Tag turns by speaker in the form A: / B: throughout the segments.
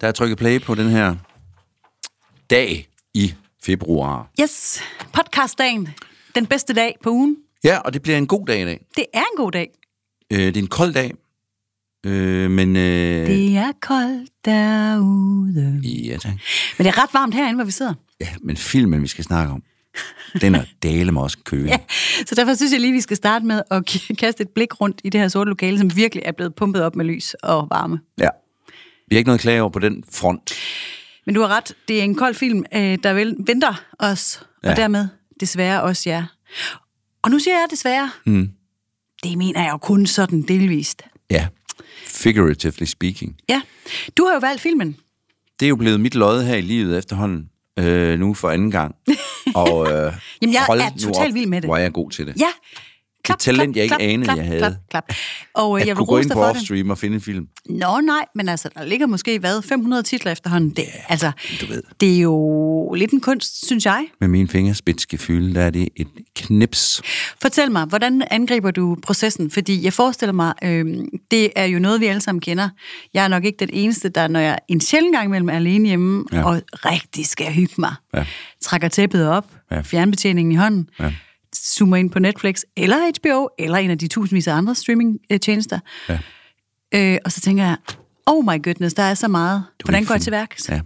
A: Der er trykket play på den her dag i februar.
B: Yes, podcastdagen. Den bedste dag på ugen.
A: Ja, og det bliver en god dag i dag.
B: Det er en god dag.
A: Øh, det er en kold dag, øh, men... Øh,
B: Det er koldt derude.
A: Ja, tak.
B: Men det er ret varmt herinde, hvor vi sidder.
A: Ja, men filmen, vi skal snakke om, den er dale mig også kølig. Ja.
B: Så derfor synes jeg lige, vi skal starte med at k- kaste et blik rundt i det her sorte lokale, som virkelig er blevet pumpet op med lys og varme.
A: ja. Vi har ikke noget at klage over på den front.
B: Men du har ret, det er en kold film, øh, der vel venter os, ja.
A: Ja.
B: og dermed desværre også jer. Og nu siger jeg desværre. Mm. Det mener jeg jo kun sådan delvist.
A: Ja. Figuratively speaking.
B: Ja, du har jo valgt filmen.
A: Det er jo blevet mit lod her i livet efterhånden. Øh, nu for anden gang. Og, øh,
B: Jamen, jeg
A: hold
B: er
A: nu
B: totalt
A: op,
B: vild med det.
A: Hvor er jeg god til det.
B: Ja, klap,
A: talent, jeg ikke
B: klap,
A: anede,
B: klap,
A: jeg havde.
B: Klap, klap. Og øh,
A: at
B: jeg vil
A: kunne gå
B: rose
A: ind
B: dig
A: på
B: for det.
A: Offstream og finde en film.
B: Nå nej, men altså, der ligger måske, hvad, 500 titler efterhånden. Det, altså,
A: du ved.
B: det er jo lidt en kunst, synes jeg.
A: Med min fingerspidsgefylde, der er det et knips.
B: Fortæl mig, hvordan angriber du processen? Fordi jeg forestiller mig, øh, det er jo noget, vi alle sammen kender. Jeg er nok ikke den eneste, der, når jeg en sjældent gang imellem er alene hjemme, ja.
A: Ja.
B: og rigtig skal hygge mig,
A: Ja.
B: trækker tæppet op, ja.
A: Ja.
B: fjernbetjeningen i hånden, ja. zoomer ind på Netflix, eller HBO, eller en af de tusindvis af andre streamingtjenester. Ja. Øh, og så tænker jeg, oh my goodness, der er så meget. Hvordan
A: ikke
B: går jeg
A: finde-
B: til værks? Ja.
A: Ja.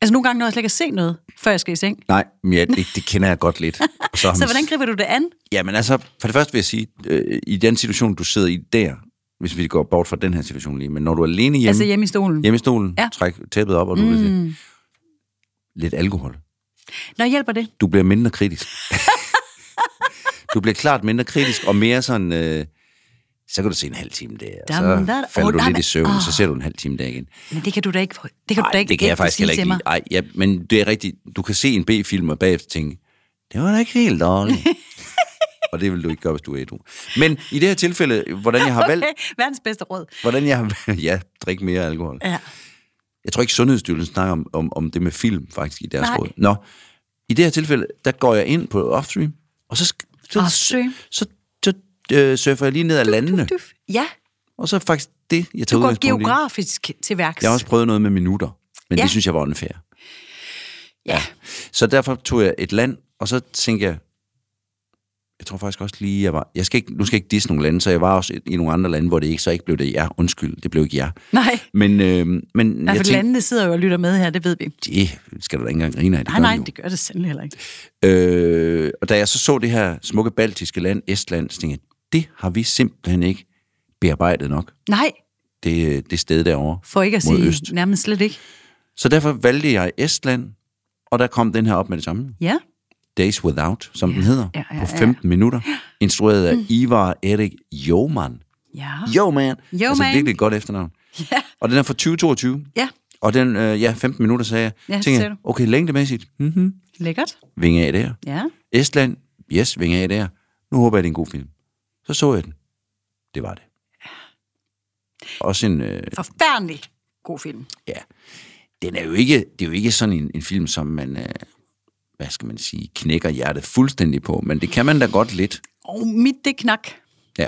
B: Altså nogle gange når jeg slet ikke at se noget, før jeg skal i seng.
A: Nej, men jeg, det, det kender jeg godt lidt. Og har
B: Så
A: man-
B: hvordan griber du det an?
A: Jamen altså, for det første vil jeg sige, øh, i den situation, du sidder i der, hvis vi går bort fra den her situation lige, men når du er alene hjemme,
B: Altså hjemme i stolen.
A: hjemme i stolen,
B: Ja.
A: ja. træk tæppet op, og du mm. lidt, lidt alkohol.
B: Når hjælper det?
A: Du bliver mindre kritisk. du bliver klart mindre kritisk, og mere sådan, øh, så kan du se en halv time der, og
B: Jamen,
A: så
B: der-
A: falder
B: Åh,
A: du
B: nej,
A: lidt
B: men-
A: i søvn,
B: åh.
A: så ser du en halv time der igen.
B: Men det kan du da ikke... Det kan du da
A: Ej,
B: ikke
A: det kan jeg
B: ikke
A: faktisk
B: sige
A: heller ikke
B: til mig.
A: lide. Ej, ja, men det er rigtigt. Du kan se en B-film og bagefter tænke, det var da ikke helt dårligt. og det vil du ikke gøre, hvis du er ædru. Men i det her tilfælde, hvordan jeg har valgt,
B: Okay, verdens bedste råd.
A: hvordan jeg har valgt, ja, drik mere alkohol.
B: Ja.
A: Jeg tror ikke, Sundhedsstyrelsen snakker om, om, om det med film, faktisk, i deres
B: Nej.
A: Nej. råd. Nå, i det her tilfælde, der går jeg ind på Offstream, og så, sk- så,
B: Offstream.
A: så, så, så øh, surfer jeg lige ned ad landene,
B: Du, ja,
A: og så er faktisk det, jeg
B: du
A: tager
B: går
A: udgangspunkt i.
B: geografisk til værks.
A: Jeg har også prøvet noget med minutter, men ja.
B: Ja.
A: det synes jeg var unfair.
B: Ja.
A: Så derfor tog jeg et land, og så tænkte jeg, jeg tror faktisk også lige, jeg var, jeg skal ikke, nu skal jeg ikke disse nogle lande, så jeg var også i- i nogle andre lande, hvor det ikke, så ikke blev det jer. Undskyld, det blev ikke jer.
B: Nej,
A: Men, øh, men
B: nej for
A: jeg tænkte,
B: landene sidder jo og lytter med her, det ved vi.
A: det skal du da ikke engang grine af. Det
B: Nej,
A: gør
B: nej,
A: vi jo.
B: det gør det sandelig heller ikke.
A: Øh, og da jeg så så det her smukke baltiske land, Estland, så tænkte jeg, det har vi simpelthen ikke bearbejdet nok,
B: Nej,
A: det, det sted derovre.
B: for ikke at
A: Mod
B: sige
A: øst.
B: nærmest slet ikke.
A: Så derfor valgte jeg Estland, og der kom den her op med det samme.
B: Ja,
A: Days Without, som den hedder,
B: ja,
A: ja,
B: ja,
A: ja, på
B: ja. Mm.
A: 15 minutter, instrueret af Ivar Erik Joman.
B: ja,
A: Joman! Altså
B: Yeoman.
A: virkelig et godt efternavn. Ja. Og den er fra 2022,
B: ja,
A: og den, øh, ja, 15 minutter, sagde jeg.
B: Ja, det
A: Tænker
B: sagde
A: jeg, okay, længdemæssigt, mm-hmm.
B: lækkert.
A: vinge af der.
B: Ja,
A: Estland, yes, vinge af der. Nu håber jeg, det er en god film. Så så jeg den. Det var det. Også en, øh,
B: forfærdelig god film.
A: ja, den er jo ikke, det er jo ikke sådan en, en film, som man, øh, hvad skal man sige, knækker hjertet fuldstændig på, men det kan man da godt lidt.
B: Og mit det knak.
A: Ja.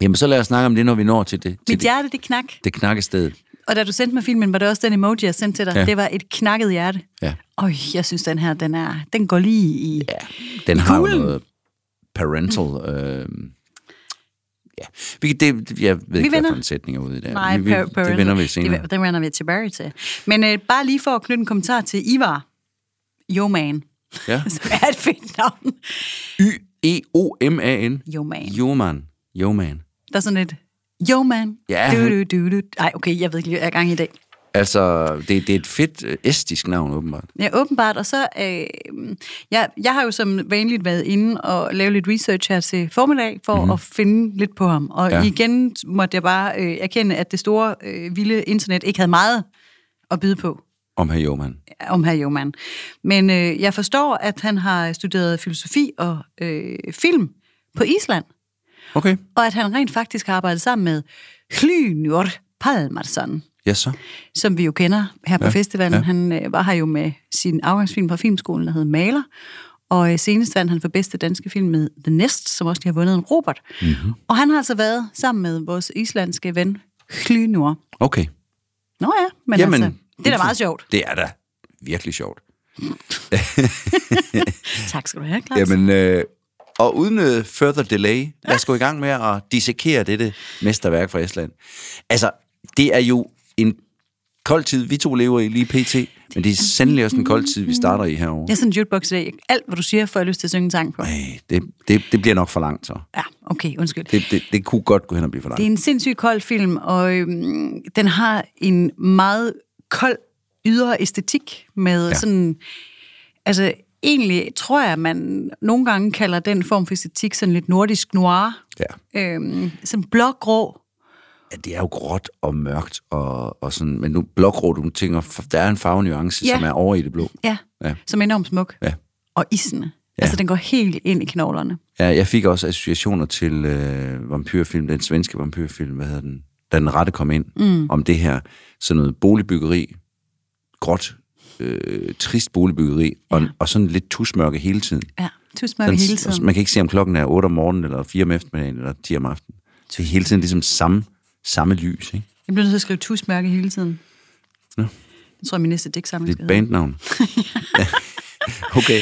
A: Jamen, så lad os snakke om det, når vi når til det, til
B: Mit
A: det,
B: hjerte det knak.
A: det knakkested.
B: Og da du sendte mig filmen, var det også den emoji, jeg sendte til dig.
A: Ja.
B: Det var et knakket hjerte.
A: Ja.
B: Øj, jeg synes, den her, den, er, den går lige i... Ja.
A: Den har jo
B: Kuglen.
A: noget parental... Øh, ja. Vi, kan- det, jeg ved ikke, hvad
B: vender.
A: for en sætning er ude i der.
B: Nej,
A: vi, vi,
B: par- parental.
A: det vender vi senere.
B: Det, det vender vi tilbage til. Men øh, bare lige for at knytte en kommentar til Ivar. Yo man.
A: Ja. E,
B: Som er et fedt navn.
A: Y-E-O-M-A-N.
B: Yo man.
A: Joman. Joman.
B: Der er sådan et... Yo man.
A: Ja,
B: Du, du,
A: han-
B: du, du. Ej, okay, jeg ved ikke lige, jeg er gang i dag.
A: Altså, det, det er et fedt øh, estisk navn, åbenbart.
B: Ja, åbenbart. Og så, øh, jeg, jeg har jo som vanligt været inde og lave lidt research her til formiddag, for mm-hmm. at finde lidt på ham. Og ja.
A: Mhm. Ja.
B: igen måtte jeg bare øh, erkende, at det store, øh, vilde internet ikke havde meget at byde på.
A: Om her Joman.
B: om herr Joman. Men øh, jeg forstår, at han har studeret filosofi og øh, film på Island,
A: Okay.
B: og at han rent faktisk har arbejdet sammen med Hlynur Palmarsson,
A: Ja, så.
B: som vi jo kender her på ja, festivalen. Ja. Han øh, var her jo med sin afgangsfilm fra filmskolen, der hed Maler, og øh, senest vandt han for bedste danske film med The Nest, som også lige har vundet en Robert. Mm-hmm. Og han har altså været sammen med vores islandske ven Hlynur.
A: Okay.
B: Nå ja, men Jamen, altså, det er da meget sjovt.
A: Det er da virkelig sjovt.
B: Tak skal du have, Claus.
A: Jamen, øh, og uden øh, further delay, lad os gå i gang med at dissekere dette mesterværk fra Estland. Altså, det er jo en kold tid, vi to lever i lige pt., men det er sandelig også en kold tid, vi starter i herovre.
B: Jeg er sådan en jukebox i dag. Alt, hvad du siger, får jeg lyst til at synge en sang på.
A: Ej, det, det, det bliver nok for langt så.
B: Ja, okay, undskyld.
A: Det, det, det kunne godt gå hen og blive for langt.
B: Det er en sindssygt kold film, og øhm, den har en meget kold ydre æstetik med ja. sådan... Altså, egentlig tror jeg, man nogle gange kalder den form for æstetik sådan lidt nordisk noir.
A: Ja.
B: Øhm, sådan blågrå.
A: ja, det er jo gråt og mørkt, og, og sådan, men nu blågrå, du tænker, f- der er en farvenuance,
B: Ja.
A: som er over i det blå.
B: Ja,
A: Ja.
B: ja. som er enormt smuk.
A: Ja.
B: Og isende. Ja. Altså, den går helt ind i knoglerne.
A: Ja, jeg fik også associationer til øh, vampyrfilm, den svenske vampyrfilm, hvad hedder den? Da den rette kom ind, mm. om det her sådan noget boligbyggeri, gråt, øh, trist boligbyggeri, og, ja. og sådan lidt tusmørke hele tiden.
B: Ja, tusmørke hele
A: Sådan-
B: tiden.
A: Man kan ikke se, om klokken er 8 om morgenen, eller 4 om eftermiddagen, eller 10 om aftenen. Det er hele tiden ligesom samme, samme lys, ikke?
B: Jeg bliver nødt til at skrive tusmørke hele tiden.
A: Nå.
B: Jeg tror, min næste digtsamling
A: Det er
B: skal
A: et
B: hedde.
A: bandnavn. okay.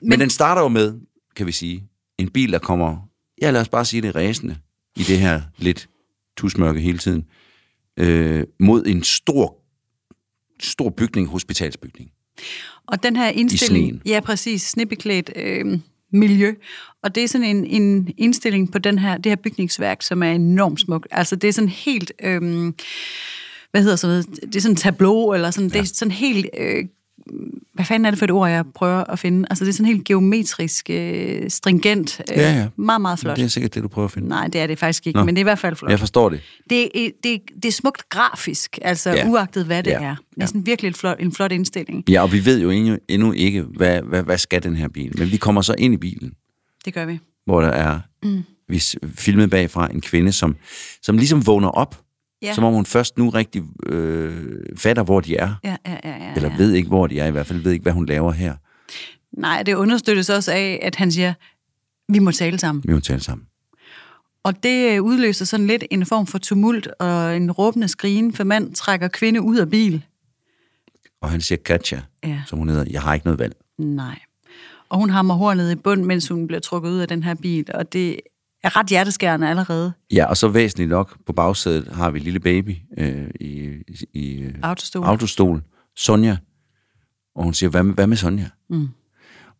A: Men, Men den starter jo med, kan vi sige, en bil, der kommer, ja lad os bare sige det, ræsende i det her lidt tusmørke hele tiden, øh, mod en stor, stor bygning, hospitalsbygning.
B: Og den her indstilling...
A: sneen.
B: ja, præcis. Snebeklædt øh, miljø. Og det er sådan en, en indstilling på den her, det her bygningsværk, som er enormt smukt. Altså, det er sådan helt... Øh, hvad hedder sådan noget? Det er sådan en tableau, eller sådan... Ja. Det er sådan helt... Øh, hvad fanden er det for et ord, jeg prøver at finde? Altså, det er sådan helt geometrisk, øh, stringent, øh,
A: Ja, ja.
B: meget, meget flot.
A: Det er sikkert det, du prøver at finde.
B: Nej, det er det faktisk ikke, Nå. men det er i hvert fald flot.
A: Jeg forstår det.
B: Det, er- det, det er smukt grafisk, altså
A: Ja.
B: ja. uagtet hvad det
A: Ja.
B: ja. er. Det er sådan virkelig en flot, en flot indstilling.
A: Ja, og vi ved jo endnu, endnu ikke, hvad, hvad, hvad skal den her bil. Men vi kommer så ind i bilen,
B: Det gør vi.
A: hvor der er mm. vi s- filmet bagfra en kvinde, som, som ligesom vågner op,
B: Ja.
A: som om hun først nu rigtig øh, fatter, hvor de er.
B: Ja, ja, ja, ja,
A: Eller
B: ja.
A: ved ikke, hvor de er, i hvert fald ved ikke, hvad hun laver her.
B: Nej, det understøttes også af, at han siger, vi må tale sammen.
A: Vi må tale sammen.
B: Og det øh, udløser sådan lidt en form for tumult og en råbende skrigen, for mand trækker kvinde ud af bil.
A: Og han siger, Katja,
B: Ja.
A: som hun hedder, jeg har ikke noget valg.
B: Nej. Og hun hammer hornet i bund, mens hun bliver trukket ud af den her bil, og det er ret hjerteskærende allerede.
A: Ja, og så væsentligt nok, på bagsædet har vi lille baby øh, i, i øh,
B: Autostol.
A: autostol, Sonja. Og hun siger, hvad med, hvad med Sonja? Mm.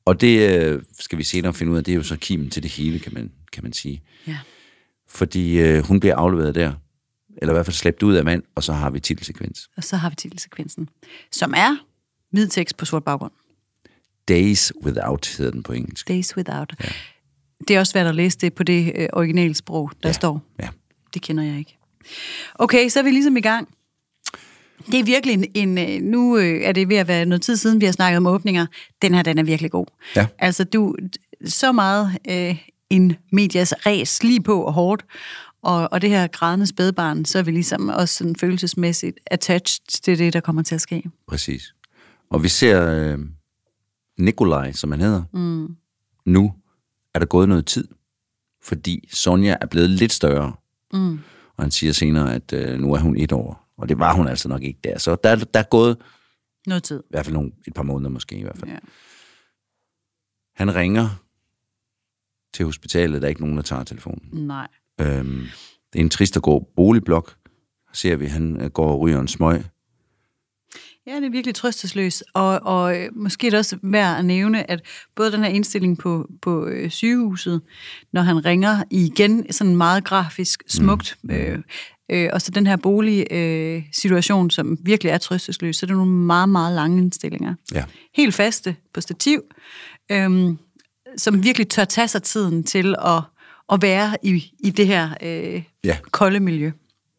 A: Og det øh, skal vi senere finde ud af, det er jo så kimen til det hele, kan man, kan man sige.
B: Ja.
A: Fordi øh, hun bliver afleveret der, eller i hvert fald slæbt ud af mand, og så har vi titelsekvens.
B: Og så har vi titelsekvensen, som er hvid tekst på sort baggrund.
A: Days Without hedder den på engelsk.
B: Days Without. Ja. Det er også svært at læse det på det øh, originale sprog, der
A: Ja.
B: ja. står.
A: Ja.
B: Det kender jeg ikke. Okay, så er vi ligesom i gang. Det er virkelig en... en øh, nu øh, er det ved at være noget tid siden, vi har snakket om åbninger. Den her, den er virkelig god.
A: Ja.
B: Altså, du... Så meget øh, en medias ræs lige på og hårdt. Og, og det her grædende spædbarn, så er vi ligesom også sådan følelsesmæssigt attached til det, der kommer til at ske.
A: Præcis. Og vi ser øh, Nikolaj, som han hedder. Mm. Nu er der gået noget tid, fordi Sonja er blevet lidt større. Mm. Og han siger senere, at øh, nu er hun et år. Og det var hun altså nok ikke der. Så der, der er gået
B: Noget tid.
A: i hvert fald nogle, et par måneder måske i hvert fald.
B: Ja.
A: Han ringer til hospitalet, der er ikke nogen, der tager telefonen.
B: Nej.
A: Øhm, det er en trist og grå boligblok. Ser vi, han øh, går og ryger en smøg.
B: Ja, det er virkelig trøstesløst, og, og øh, måske er det også værd at nævne, at både den her indstilling på, på øh, sygehuset, når han ringer igen, sådan meget grafisk, smukt, mm. øh, øh, og så den her boligsituation, øh, situation, som virkelig er trøstesløs, så er det nogle meget, meget lange indstillinger.
A: Ja.
B: Helt faste på stativ, øh, som virkelig tør tage sig tiden til at, at være i, i det her øh,
A: Ja.
B: kolde miljø.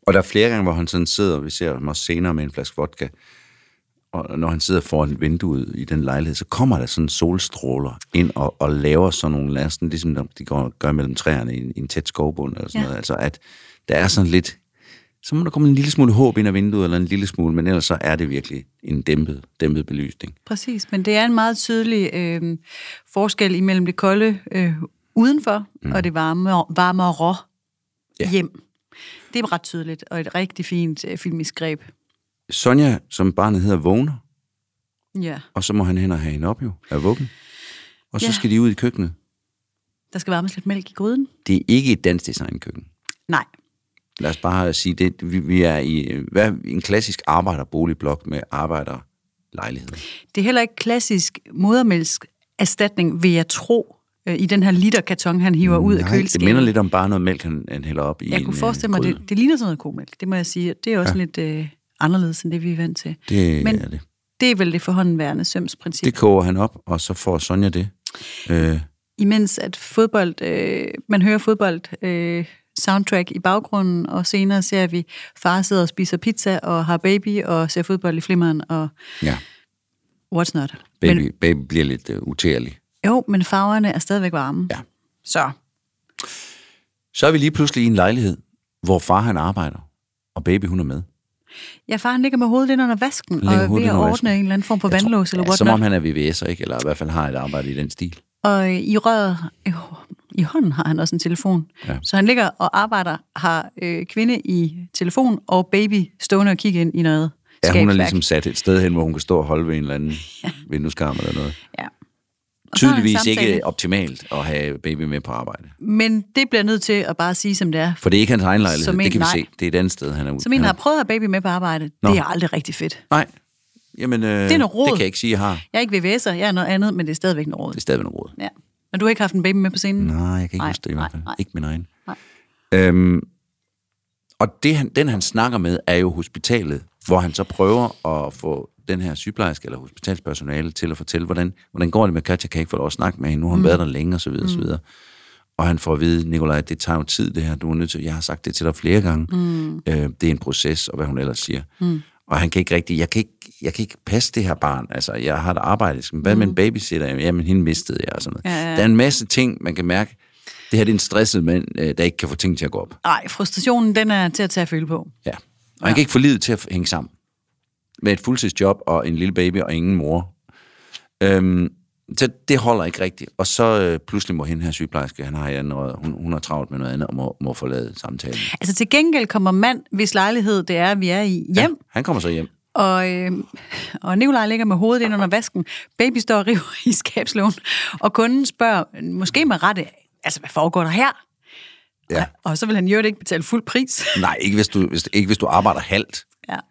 A: Og der er flere gange, hvor han sådan sidder, vi ser ham også senere med en flaske vodka, og når han sidder foran vinduet i den lejlighed, så kommer der sådan solstråler ind og, og laver sådan nogle lasten, ligesom de går, gør mellem træerne i, en- i en tæt skovbund eller sådan ja.
B: Ja.
A: noget. Altså at der er sådan lidt, så må der komme en lille smule håb ind ad vinduet, eller en lille smule, men ellers så er det virkelig en dæmpet, dæmpet belysning.
B: Præcis, men det er en meget tydelig øh, forskel imellem det kolde øh, udenfor mm. og det varme, varmere rå
A: Ja.
B: hjem. Det er ret tydeligt, og et rigtig fint øh, filmisk greb.
A: Sonja, som barnet hedder, vågner,
B: Ja,
A: og så må han hen og have hende op jo, af vuggen. Og så
B: Ja.
A: ja. skal de ud i køkkenet.
B: der skal varmes lidt mælk i gryden.
A: Det er ikke et dansk designkøkken.
B: Nej,
A: Lad os bare sige det. Vi, vi er i øh, hvad, en klassisk arbejderboligblok med arbejderlejligheder.
B: det er heller ikke klassisk modermælsk erstatning, vil jeg tro, øh, i den her literkarton, han hiver ud af
A: Nej, det
B: køleskabet.
A: minder lidt om bare noget mælk, han, han hælder op i
B: Jeg
A: en,
B: kunne
A: øh,
B: forestille mig,
A: gryde.
B: det, det ligner sådan noget komælk, det må jeg sige. Det er også ja. lidt øh, anderledes end det, vi er vant til.
A: Det
B: Men
A: er det.
B: det er vel det forhåndværende sømsprincip.
A: Det koger han op, og så får Sonja det. Øh,
B: Imens at fodbold, øh, man hører fodbold øh, soundtrack i baggrunden, og senere ser vi far sidder og spiser pizza og har baby og ser fodbold i flimmeren og
A: ja,
B: what's not.
A: baby,
B: Men,
A: men, baby bliver lidt uh, utærlig.
B: jo, men farverne er stadigvæk varme.
A: Ja.
B: Så
A: Så er vi lige pludselig i en lejlighed, hvor far han arbejder, og baby hun er med.
B: ja, far han ligger med hovedet ind under vasken
A: Ligger
B: og er ved
A: hovedet
B: at
A: ind
B: ordne
A: under vasken.
B: en eller anden form for
A: Jeg tror-
B: vandlås eller
A: ja,
B: what
A: Som
B: not.
A: om han er VVS'er, ikke? Eller i hvert fald har et arbejde i den stil.
B: Og øh, i røret, øh, i hånden har han også en telefon.
A: Ja.
B: Så han ligger og arbejder, har øh, kvinde i telefon og baby stående og kigge ind i noget
A: Ja, hun er
B: skabsværk.
A: ligesom sat et sted hen, hvor hun kan stå og holde ved en eller anden ja. vindueskarm eller noget.
B: Ja. Og så har han
A: Tydeligvis
B: samtale.
A: ikke optimalt at have baby med på arbejde.
B: Men det bliver nødt til at bare sige, som det er.
A: For det er ikke hans egen lejlighed,
B: Som en
A: det kan vi
B: nej.
A: se. Det er et andet sted, han er ude.
B: Som en, der
A: han
B: har
A: er...
B: prøvet at have baby med på arbejde, Nå. det er aldrig rigtig fedt.
A: Nej, Jamen, øh, det,
B: er noget rod.
A: det kan jeg ikke sige, jeg har.
B: Jeg er ikke VVS'er, jeg er noget andet, men det er stadigvæk noget
A: Det
B: råd.
A: er stadigvæk noget råd.
B: Ja. Men du har ikke haft en baby med på scenen?
A: Nej, jeg kan ikke
B: Nej,
A: huske det i
B: nej,
A: hvert fald.
B: nej.
A: Ikke min egen.
B: Nej.
A: Øhm, og det, han, den, han snakker med, er jo hospitalet, hvor han så prøver at få den her sygeplejerske eller hospitalspersonale til at fortælle, hvordan, hvordan går det med Katja, kan jeg ikke få lov at snakke med hende, nu har hun mm. været der længe, og så videre, og så videre. Og han får at vide, Nikolaj, det tager jo tid det her, du er nødt til, jeg har sagt det til dig flere gange, mm. øh, det er en proces, og hvad hun ellers siger. Mm. Og han kan ikke rigtig, jeg kan ikke, jeg kan ikke passe det her barn, altså jeg har et arbejde, Sådan, hvad med en babysitter, jamen hende mistede jeg, og sådan noget.
B: Ja, ja.
A: Der er en masse ting, man kan mærke, det her det er en stresset mand, øh, der ikke kan få ting til at gå op.
B: Nej, frustrationen, den er til at tage at føle på.
A: Ja. Og ja. han kan ikke få livet til at hænge sammen. Med et fuldtidsjob og en lille baby og ingen mor. Øhm, så det holder ikke rigtigt. Og så øh, pludselig må hende her sygeplejerske, han har i anden øje, hun, hun har travlt med noget andet og må, må forlade samtalen.
B: Altså til gengæld kommer mand, hvis lejlighed det er, vi er i, hjem,
A: Ja, han kommer så hjem.
B: Og, øh, og Nikolaj ligger med hovedet ind under vasken. Baby står og river i skabslån. Og kunden spørger, måske med rette, altså hvad foregår der her?
A: Ja.
B: Og så vil han jo ikke betale fuld pris.
A: Nej, ikke hvis du, hvis, ikke hvis du arbejder halvt.
B: ja. Jeg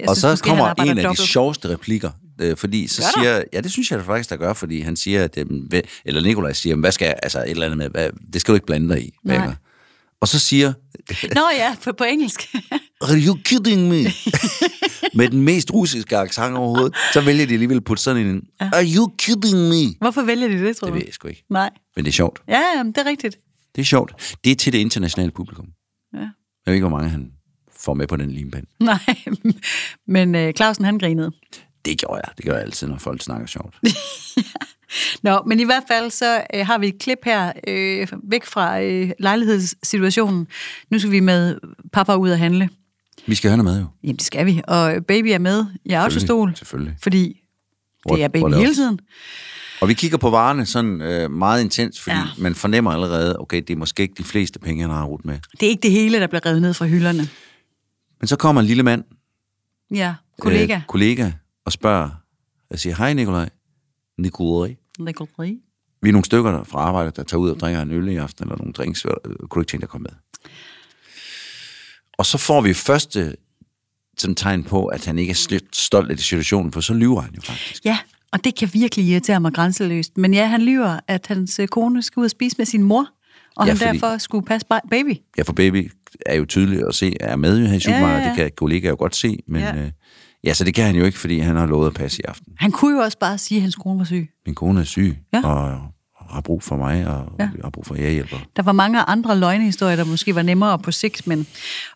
A: Jeg og så
B: måske, han
A: kommer
B: arbejder
A: en af de
B: dobbelt.
A: sjoveste replikker. Øh, fordi så
B: Gør der?
A: siger, ja, det synes jeg faktisk, der gør, fordi han siger, at, øh, hvad- eller Nikolaj siger, hvad skal, jeg- altså et eller andet med, hvad, det skal du ikke blande dig i,
B: Nej.
A: Baker." Og så siger
B: Nå ja, på, på engelsk.
A: Are you kidding me? med den mest russiske accent overhovedet, så vælger de alligevel at putte sådan en, Are you kidding me?
B: Hvorfor vælger de det, tror
A: Det
B: du?
A: ved jeg sgu ikke.
B: Nej.
A: Men det er sjovt.
B: Ja, ja, men det er rigtigt.
A: Det er sjovt. Det er til det internationale publikum.
B: Ja.
A: Jeg ved ikke, hvor mange han får med på den limpind.
B: Nej, men øh, Clausen han grinede.
A: Det gør jeg. Det gør jeg altid, når folk snakker sjovt.
B: Nå, men i hvert fald så øh, har vi et klip her øh, væk fra øh, lejlighedssituationen. Nu skal vi med pappa ud og handle.
A: Vi skal høre noget med, jo.
B: Jamen, det skal vi. Og baby er med i autostol,
A: Selvfølgelig.
B: fordi det
A: What-
B: er baby
A: what else?
B: hele tiden.
A: Og vi kigger på varerne sådan øh, meget intens, fordi
B: Ja.
A: ja. man fornemmer allerede, okay, det er måske ikke de fleste penge, han har rodet med.
B: Det er ikke det hele, der bliver revet ned fra hylderne.
A: Men så kommer en lille mand,
B: Ja, kollega.
A: Øh, kollega og spørger, jeg siger, hej Nikolaj. Nikolaj.
B: Øh.
A: Vi er nogle stykker der fra arbejde, der tager ud og drikker en øl i aften, eller nogle drinks, Øh, kunne du ikke tænke dig at komme med? Og så får vi første som tegn på, at han ikke er slet- stolt af situationen, for så lyver han jo faktisk.
B: Ja, og det kan virkelig irritere mig grænseløst. Men ja, han lyver, at hans øh, kone skal ud og spise med sin mor, og
A: Ja,
B: han
A: fordi-
B: derfor skulle passe ba- baby.
A: Ja, for baby er jo tydelig at se, er med her i supermarkedet,
B: ja.
A: ja, ja. det kan kollegaer jo godt se, men
B: Ja.
A: ja. Øh, ja, så det kan han jo ikke, fordi han har lovet at passe i aften.
B: Han kunne jo også bare sige, at hans kone var syg.
A: Min kone er syg,
B: Ja.
A: ja. og og har brug for mig, og ja. har brug for, at jeg hjælper.
B: Der var mange andre løgnehistorier, der måske var nemmere på sigt, men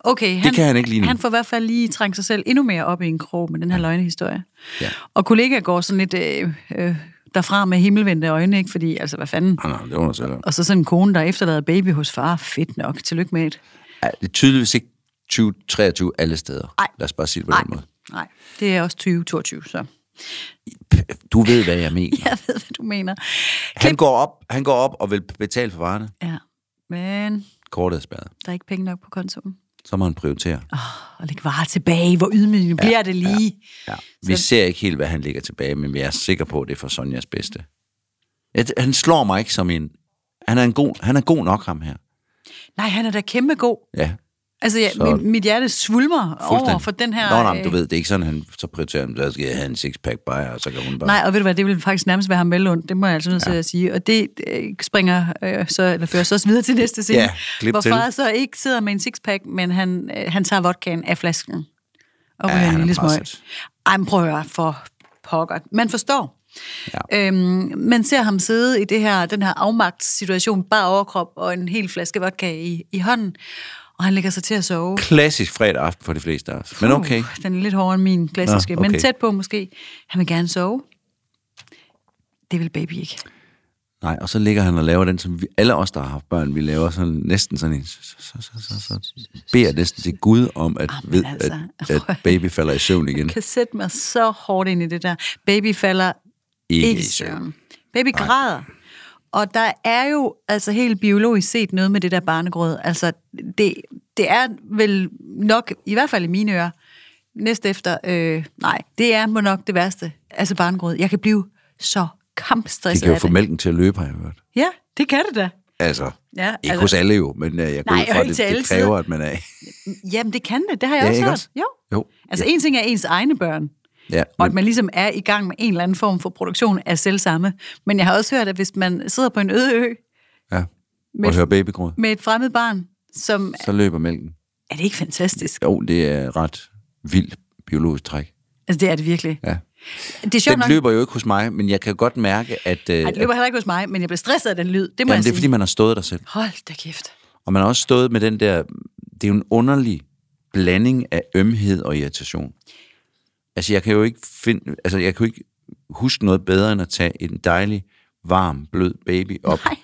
B: okay, han,
A: kan han ikke lige nu.
B: han får i hvert fald lige trængt sig selv endnu mere op i en krog med den her ja. løgnehistorie.
A: Ja.
B: Og kollegaer går sådan lidt øh, øh, derfra med himmelvendte øjne, ikke? fordi altså hvad fanden.
A: Ah, nej, det var selv.
B: Og så sådan en kone, der efterlader baby hos far. Fedt nok. Tillykke med et.
A: Ja, det er tydeligvis ikke 2023 alle steder.
B: Ej.
A: Lad os bare sige det på
B: Nej,
A: den måde.
B: nej. Det er også 2022, så
A: Du ved, hvad jeg mener.
B: jeg ved, hvad du mener.
A: han, går op, han går op og vil betale for varerne.
B: Ja, men
A: Kortet er spærret.
B: der er ikke penge nok på kontoen.
A: Så må han prioritere. Oh.
B: og lægge varer tilbage. Hvor ydmygende ja, bliver det lige?
A: Ja, ja. Vi så... ser ikke helt, hvad han ligger tilbage, men vi er sikre på, at det er for Sonjas bedste. Ja, det- han slår mig ikke som en... Han er, en god, han er god nok, ham her.
B: Nej, han er da kæmpe god.
A: Ja,
B: Altså, ja,
A: Så-
B: mit, mit hjerte svulmer over for den her...
A: Nå, nej,
B: øh,
A: du ved, det er ikke sådan, han så prioriterer, at der skal jeg have en six-pack bare, og så kan hun bare...
B: Nej, og ved du hvad, det ville faktisk nærmest være ham velundt, det må jeg altså nødt til at sige. Og det øh, springer øh, så, eller fører så os videre til næste scene,
A: Ja, klip
B: hvor
A: til.
B: far så ikke sidder med en sixpack, men han, øh, han tager vodkaen af flasken. Og
A: Ja,
B: ja, en
A: han er
B: lille smøg.
A: presset.
B: Ej, men prøv at høre, for pokker. Man forstår.
A: Ja.
B: Øhm, man ser ham sidde i det her, den her afmagtssituation, bare overkrop og en hel flaske vodka i, i hånden, og han lægger sig til at sove.
A: Klassisk fredag aften for de fleste af os. Men okay,
B: Uh, den er lidt hårdere end min klassiske,
A: Nå,
B: okay. men
A: okay.
B: tæt på måske. Han vil gerne sove. Det vil baby ikke.
A: nej, og så ligger han og laver den, som vi, alle os, der har haft børn, vi laver sådan, næsten sådan en... Så, så, så, så, så beder næsten til Gud om, at,
B: Jamen
A: ved,
B: altså.
A: at, at baby falder i søvn igen.
B: Kan sætte mig så hårdt ind i det der. Baby falder ikke, ikke i søvn. Baby Nej. græder. Og der er jo altså helt biologisk set noget med det der barnegrød. Altså, det, det er vel nok, i hvert fald i mine ører, næst efter, øh, nej, det er må nok det værste. Altså barnegrød. Jeg kan blive så
A: Det
B: kampstresset
A: kan jo
B: af
A: få
B: det.
A: mælken til at løbe, har jeg hørt.
B: Ja, det kan det da.
A: Altså,
B: Ja,
A: ikke
B: altså-
A: hos alle jo, men øh, jeg går
B: Nej,
A: ud
B: og
A: fra,
B: ikke
A: det,
B: til alle
A: det kræver, at man er...
B: Jamen, det kan det. Det har jeg
A: Ja,
B: også
A: ikke
B: hørt.
A: også?
B: Jo.
A: Jo.
B: Altså, en ting er ens egne børn,
A: Ja,
B: og
A: men,
B: at man ligesom er i gang med en eller anden form for produktion af selv samme. Men jeg har også hørt, at hvis man sidder på en øde ø
A: ja.
B: med-
A: Og høre babygråd,
B: med et fremmed barn, som...
A: så løber mælken.
B: Er det ikke fantastisk?
A: Jo, det er ret vildt biologisk træk.
B: Altså, det er det virkelig.
A: Ja.
B: Det er sjovt
A: Den
B: nok.
A: løber jo ikke hos mig, men jeg kan godt mærke, at... Øh,
B: Ej, det løber heller ikke hos mig, men jeg bliver stresset af den lyd. Det
A: jamen,
B: må jeg
A: det er,
B: sige.
A: fordi man har stået der selv.
B: Hold da kæft.
A: Og man har også stået med den der... Det er jo en underlig blanding af ømhed og irritation. Altså, jeg kan jo ikke finde... Altså, jeg kan jo ikke huske noget bedre, end at tage en dejlig, varm, blød baby op.
B: Nej.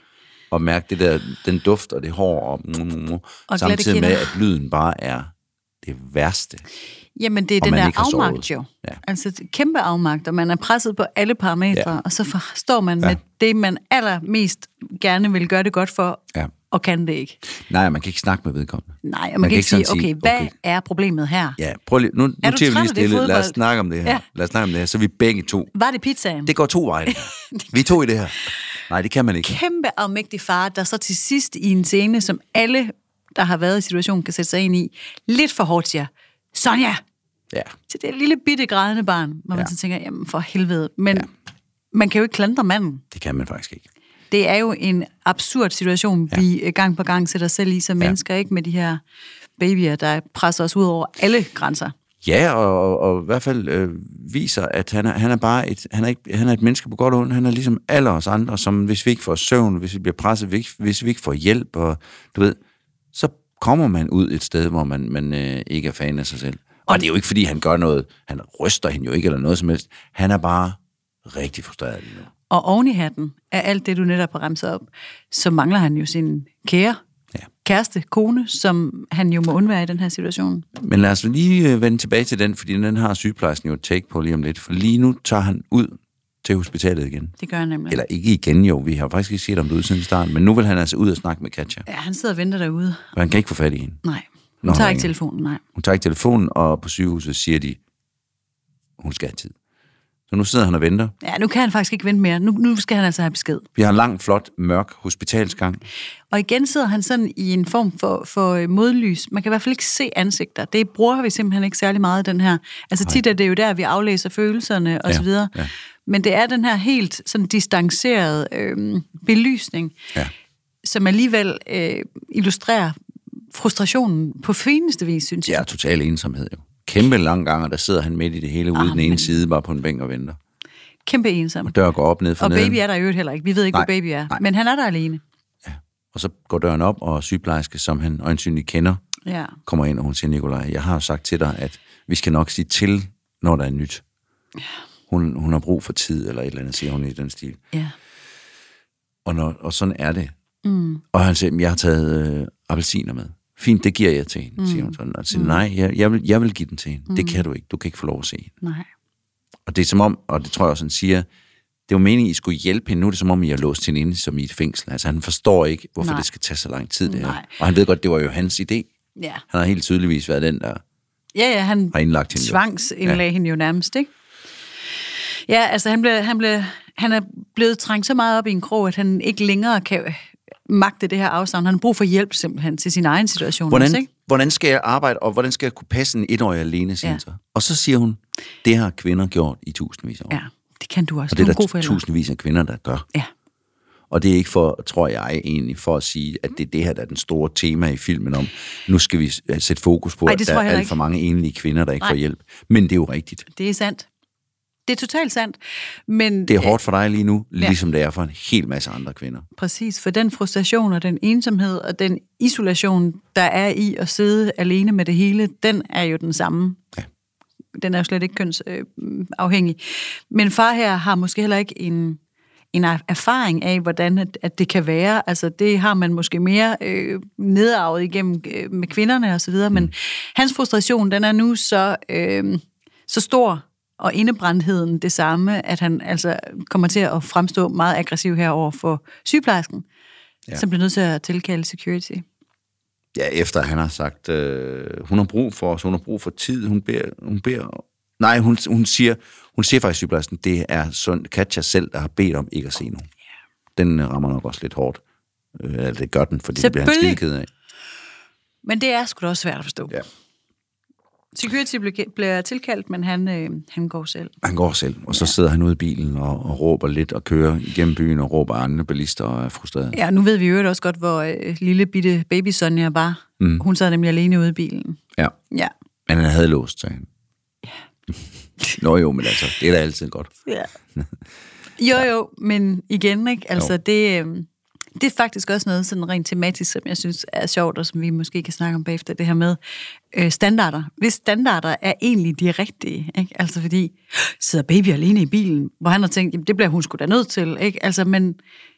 A: Og mærke det der, den duft og det hår, og, mm, mm, mm,
B: glatte
A: samtidig med,
B: kinder.
A: at lyden bare er det værste.
B: Jamen, det er
A: Og
B: den
A: man
B: der
A: ikke har sovet.
B: afmagt jo.
A: Ja.
B: Altså, et kæmpe afmagt, og man er presset på alle parametre, ja.
A: Ja.
B: og så for- står man ja. med det, man allermest gerne vil gøre det godt for,
A: Ja.
B: og kan det ikke.
A: Nej, man kan ikke snakke med vedkommende.
B: Nej, og man,
A: Man
B: man kan
A: kan
B: ikke sige,
A: ikke
B: okay,
A: sådan sige,
B: hvad
A: okay.
B: er problemet her?
A: Ja, prøv lige. Nu, nu
B: du
A: tager vi
B: træt
A: lige
B: af det
A: stille. Lad os
B: fodbold?
A: snakke om det her.
B: Ja.
A: Ja. Lad os snakke om det her. Så er vi begge to.
B: Var det pizzaen? Det...
A: Det går to veje. det her. vi er to i det her. Nej, det kan man ikke.
B: Kæmpe afmægtig far, der så til sidst i en scene, som alle, der har været i situationen, kan sætte sig ind i, lidt for hårdt siger, Sonja,
A: Ja.
B: til det lille bitte grædende barn, hvor man
A: Ja.
B: så tænker, jamen for helvede. Men ja. man kan jo ikke klandre manden.
A: Det kan man faktisk ikke.
B: Det er jo en absurd situation, ja. vi øh, gang på gang sætter os selv i som ja. mennesker, ikke med de her babyer, der presser os ud over alle grænser.
A: Ja, og, og, og i hvert fald øh, viser, at han er, han er bare et, han er ikke, han er et menneske på godt og ondt. Han er ligesom alle os andre, som hvis vi ikke får søvn, hvis vi bliver presset, hvis, hvis vi ikke får hjælp, og du ved, så kommer man ud et sted, hvor man, man øh, ikke er fan af sig selv. Og det er jo ikke, fordi han gør noget, han ryster hende jo ikke, eller noget som helst. Han er bare rigtig frustreret lige nu.
B: Og oven i hatten af alt det, du netop har remset op, så mangler han jo sin kære,
A: Ja.
B: kæreste, kone, som han jo må undvære i den her situation.
A: Men lad os lige øh, vende tilbage til den, fordi den har sygeplejersken jo et take på lige om lidt. For lige nu tager han ud til hospitalet igen.
B: Det gør han nemlig.
A: Eller ikke igen jo, vi har faktisk ikke set om det ud siden starten, men nu vil han altså ud og snakke med Katja.
B: Ja, han sidder og venter derude.
A: For han kan ikke få fat i hende.
B: Nej, hun
A: Nå,
B: tager
A: nej.
B: ikke telefonen, nej.
A: Hun tager ikke telefonen, og på sygehuset siger de, hun skal have tid. Så nu sidder han og venter.
B: Ja, nu kan han faktisk ikke vente mere. Nu, nu skal han altså have besked.
A: Vi har en lang, flot, mørk hospitalsgang.
B: Og igen sidder han sådan i en form for, for øh, modlys. Man kan i hvert fald ikke se ansigter. Det bruger vi simpelthen ikke særlig meget, den her. Altså tit er det jo der, vi aflæser følelserne
A: Ja,
B: osv. Ja, ja.
A: ja.
B: Men det er den her helt sådan distancerede øh, belysning,
A: Ja.
B: som alligevel øh, illustrerer frustrationen på fineste vis, synes jeg.
A: Ja, total ensomhed jo. Kæmpe lang gang, og der sidder han midt i det hele ude
B: Ah,
A: i den ene side, bare på en bænk og venter.
B: Kæmpe ensom.
A: Dør går op ned for
B: Og
A: neden.
B: baby er der jo heller ikke. Vi ved ikke, hvor
A: Nej,
B: baby er.
A: nej.
B: Men han er der alene.
A: Og så går døren op, og sygeplejerske, som han øjensynligt kender,
B: Ja.
A: kommer ind, og hun siger, Nikolaj, jeg har jo sagt til dig, at vi skal nok sige til, når der er nyt. Hun, hun har brug for tid, eller et eller andet, siger hun i den stil.
B: ja.
A: Og, når, og sådan er det. Mm. Og han siger, "Jamen, jeg har taget øh, appelsiner med. Fint, det giver jeg til hende, mm. siger hun sådan. Og jeg siger, nej, jeg, jeg, vil, jeg vil give den til hende. Mm. Det kan du ikke. Du kan ikke få lov at se hende.
B: Nej.
A: Og det er som om, og det tror jeg også, han siger, det var meningen, I skulle hjælpe hende. Nu er det som om, I har låst hende inde som i et fængsel. Altså, han forstår ikke, hvorfor
B: Nej.
A: det skal tage så lang tid, det her.
B: Nej.
A: Og han ved godt, det var jo hans idé.
B: Ja.
A: Han har helt tydeligvis været den, der
B: Ja, ja, han
A: har indlagt hende. jo.
B: tvangsindlagde ja. hende jo nærmest, ikke? Ja, altså han, blev, han, blev, han er blevet trængt så meget op i en krog, at han ikke længere kan magte det her afsavn. Han har brug for hjælp simpelthen til sin egen situation. også,
A: Hvordan,
B: ikke?
A: hvordan skal jeg arbejde, og hvordan skal jeg kunne passe en etårig alene, siger
B: Ja.
A: ja. så. Og så siger hun, det har kvinder gjort i tusindvis af år.
B: Ja, det kan du også.
A: Og det er der
B: du er en god forælder.
A: tusindvis af kvinder, der gør.
B: Ja.
A: Og det er ikke for, tror jeg egentlig, for at sige, at det er det her, der er den store tema i filmen om, nu skal vi s- øh, sætte fokus på,
B: Ej,
A: at
B: det
A: der
B: tror
A: er
B: jeg
A: alt
B: heller
A: for
B: ikke.
A: mange enlige kvinder, der ikke
B: Nej.
A: får hjælp. Men det er jo rigtigt.
B: Det er sandt. Det er totalt sandt. Men
A: Det er hårdt for dig lige nu,
B: Ja.
A: ligesom det er for en hel masse andre kvinder.
B: Præcis, for den frustration og den ensomhed og den isolation, der er i at sidde alene med det hele, den er jo den samme.
A: Ja.
B: Den er jo slet ikke kønsafhængig. Men far her har måske heller ikke en, en er- erfaring af, hvordan at, at det kan være. Altså det har man måske mere øh, nedarvet igennem øh, med kvinderne osv., mm. men hans frustration, den er nu så, øh, så stor, og indebrændtheden det samme, at han altså kommer til at fremstå meget aggressiv herover for sygeplejersken, ja. som bliver nødt til at tilkalde security.
A: Ja, efter han har sagt, øh, hun har brug for os, hun har brug for tid, hun beder... Hun beder nej, hun, hun, siger, hun siger faktisk sygeplejersken, det er sund Katja selv, der har bedt om ikke at se nogen. Den øh, rammer nok også lidt hårdt. Øh, eller det gør den, fordi det bliver han
B: Selvfølgelig.
A: skideked af.
B: Men det er sgu da også svært at forstå.
A: Ja.
B: Security bliver- bliver tilkaldt, men han, øh, han går selv.
A: Han går selv, og så ja. sidder han ude i bilen og, og råber lidt og kører igennem byen og råber andre bilister og er frustreret.
B: Ja, nu ved vi jo også godt, hvor øh, lille bitte baby Sonja var. Mm. Hun sad nemlig alene ude i bilen.
A: Ja.
B: Ja.
A: Men han havde låst, sagde han. Ja. Nå jo, men altså, det er da altid godt.
B: ja. Jo, jo, men igen, ikke? Altså,
A: Jo.
B: det, øh, det er faktisk også noget sådan rent tematisk, som jeg synes er sjovt, og som vi måske kan snakke om bagefter, det her med øh, standarder. Hvis standarder er egentlig de rigtige, ikke? Altså, fordi sidder baby alene i bilen, hvor han har tænkt, jamen, det bliver hun sgu da nødt til, ikke? Altså, men...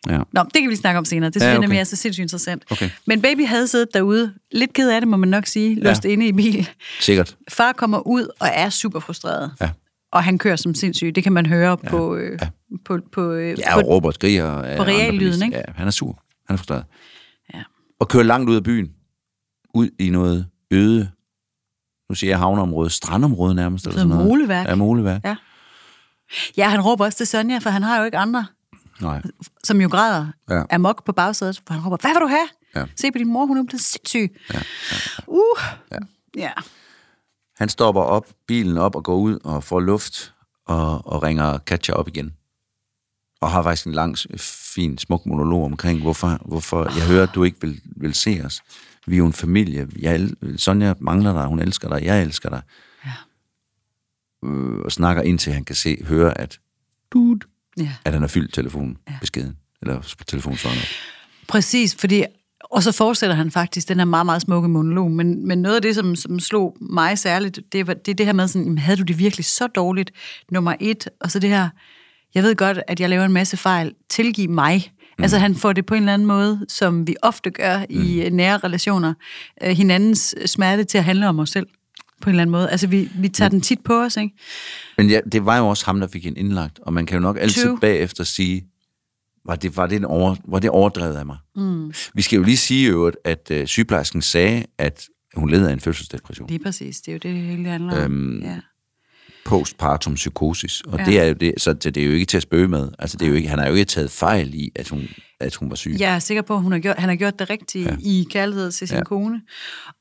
A: Ja.
B: Nå, det kan vi lige snakke om senere. Det synes
A: Ja,
B: ja, okay.
A: okay.
B: jeg nemlig er så sindssygt interessant.
A: Okay.
B: Men baby havde siddet derude, lidt ked af det, må man nok sige, låst ja. inde i bil.
A: Sikkert.
B: Far kommer ud og er super frustreret.
A: Ja.
B: Og han kører som sindssyg. Det kan man høre ja. på, øh, ja. på, på, øh,
A: Ja,
B: på
A: og råber og skriger. af
B: på
A: andre
B: reallyden,
A: bilister.
B: ikke?
A: Ja, han er sur. Han er frustreret.
B: Ja.
A: Og kører langt ud af byen. Ud i noget øde, nu siger jeg havneområde, strandområde nærmest. Eller
B: Noget
A: sådan noget.
B: moleværk.
A: Ja, moleværk.
B: Ja. Ja, han råber også til Sonja, for han har jo ikke andre,
A: Nej.
B: som jo græder
A: Ja.
B: ja. amok på bagsædet. For han råber, hvad vil du have?
A: Ja.
B: Se på din mor, hun er blevet sindssyg. Ja. Ja. Uh. Ja. ja.
A: Han stopper op, bilen op og går ud og får luft og, og ringer Katja op igen. Og har faktisk en lang, s- fin, smuk monolog omkring, hvorfor, hvorfor jeg hører, at du ikke vil, vil se os. Vi er jo en familie. Jeg, el- Sonja mangler dig, hun elsker dig, jeg elsker dig. Ja. Øh, og snakker indtil han kan se, høre, at, dut,
B: ja.
A: at han har fyldt telefonen, ja. beskeden, eller s- telefonsvareren.
B: Præcis, fordi... Og så fortsætter han faktisk den her meget, meget smukke monolog, men, men noget af det, som, som slog mig særligt, det, var, det er det her med sådan, jamen, havde du det virkelig så dårligt, nummer et, og så det her, jeg ved godt, at jeg laver en masse fejl, tilgiv mig. Mm. Altså han får det på en eller anden måde, som vi ofte gør i øh, nære relationer, øh, hinandens smerte til at handle om os selv, på en eller anden måde. Altså vi, vi tager den tit på os, ikke?
A: Men ja, det var jo også ham, der fik hende indlagt, og man kan jo nok altid
B: True.
A: True. bagefter sige, var det, var det, en over, var det overdrevet af mig? Mm. Vi skal jo lige sige i øvrigt, at øh, sygeplejersken sagde, at hun led af en fødselsdepression,
B: Lige præcis, det er jo det, det hele handler om. ja.
A: postpartum psykosis, og ja. det er jo det, så det det er jo ikke til at spøge med. Altså, det er jo ikke, han har jo ikke taget fejl i, at hun, at hun var syg.
B: Jeg er sikker på, at hun har gjort, han har gjort det rigtige ja. i kærlighed til sin ja. kone.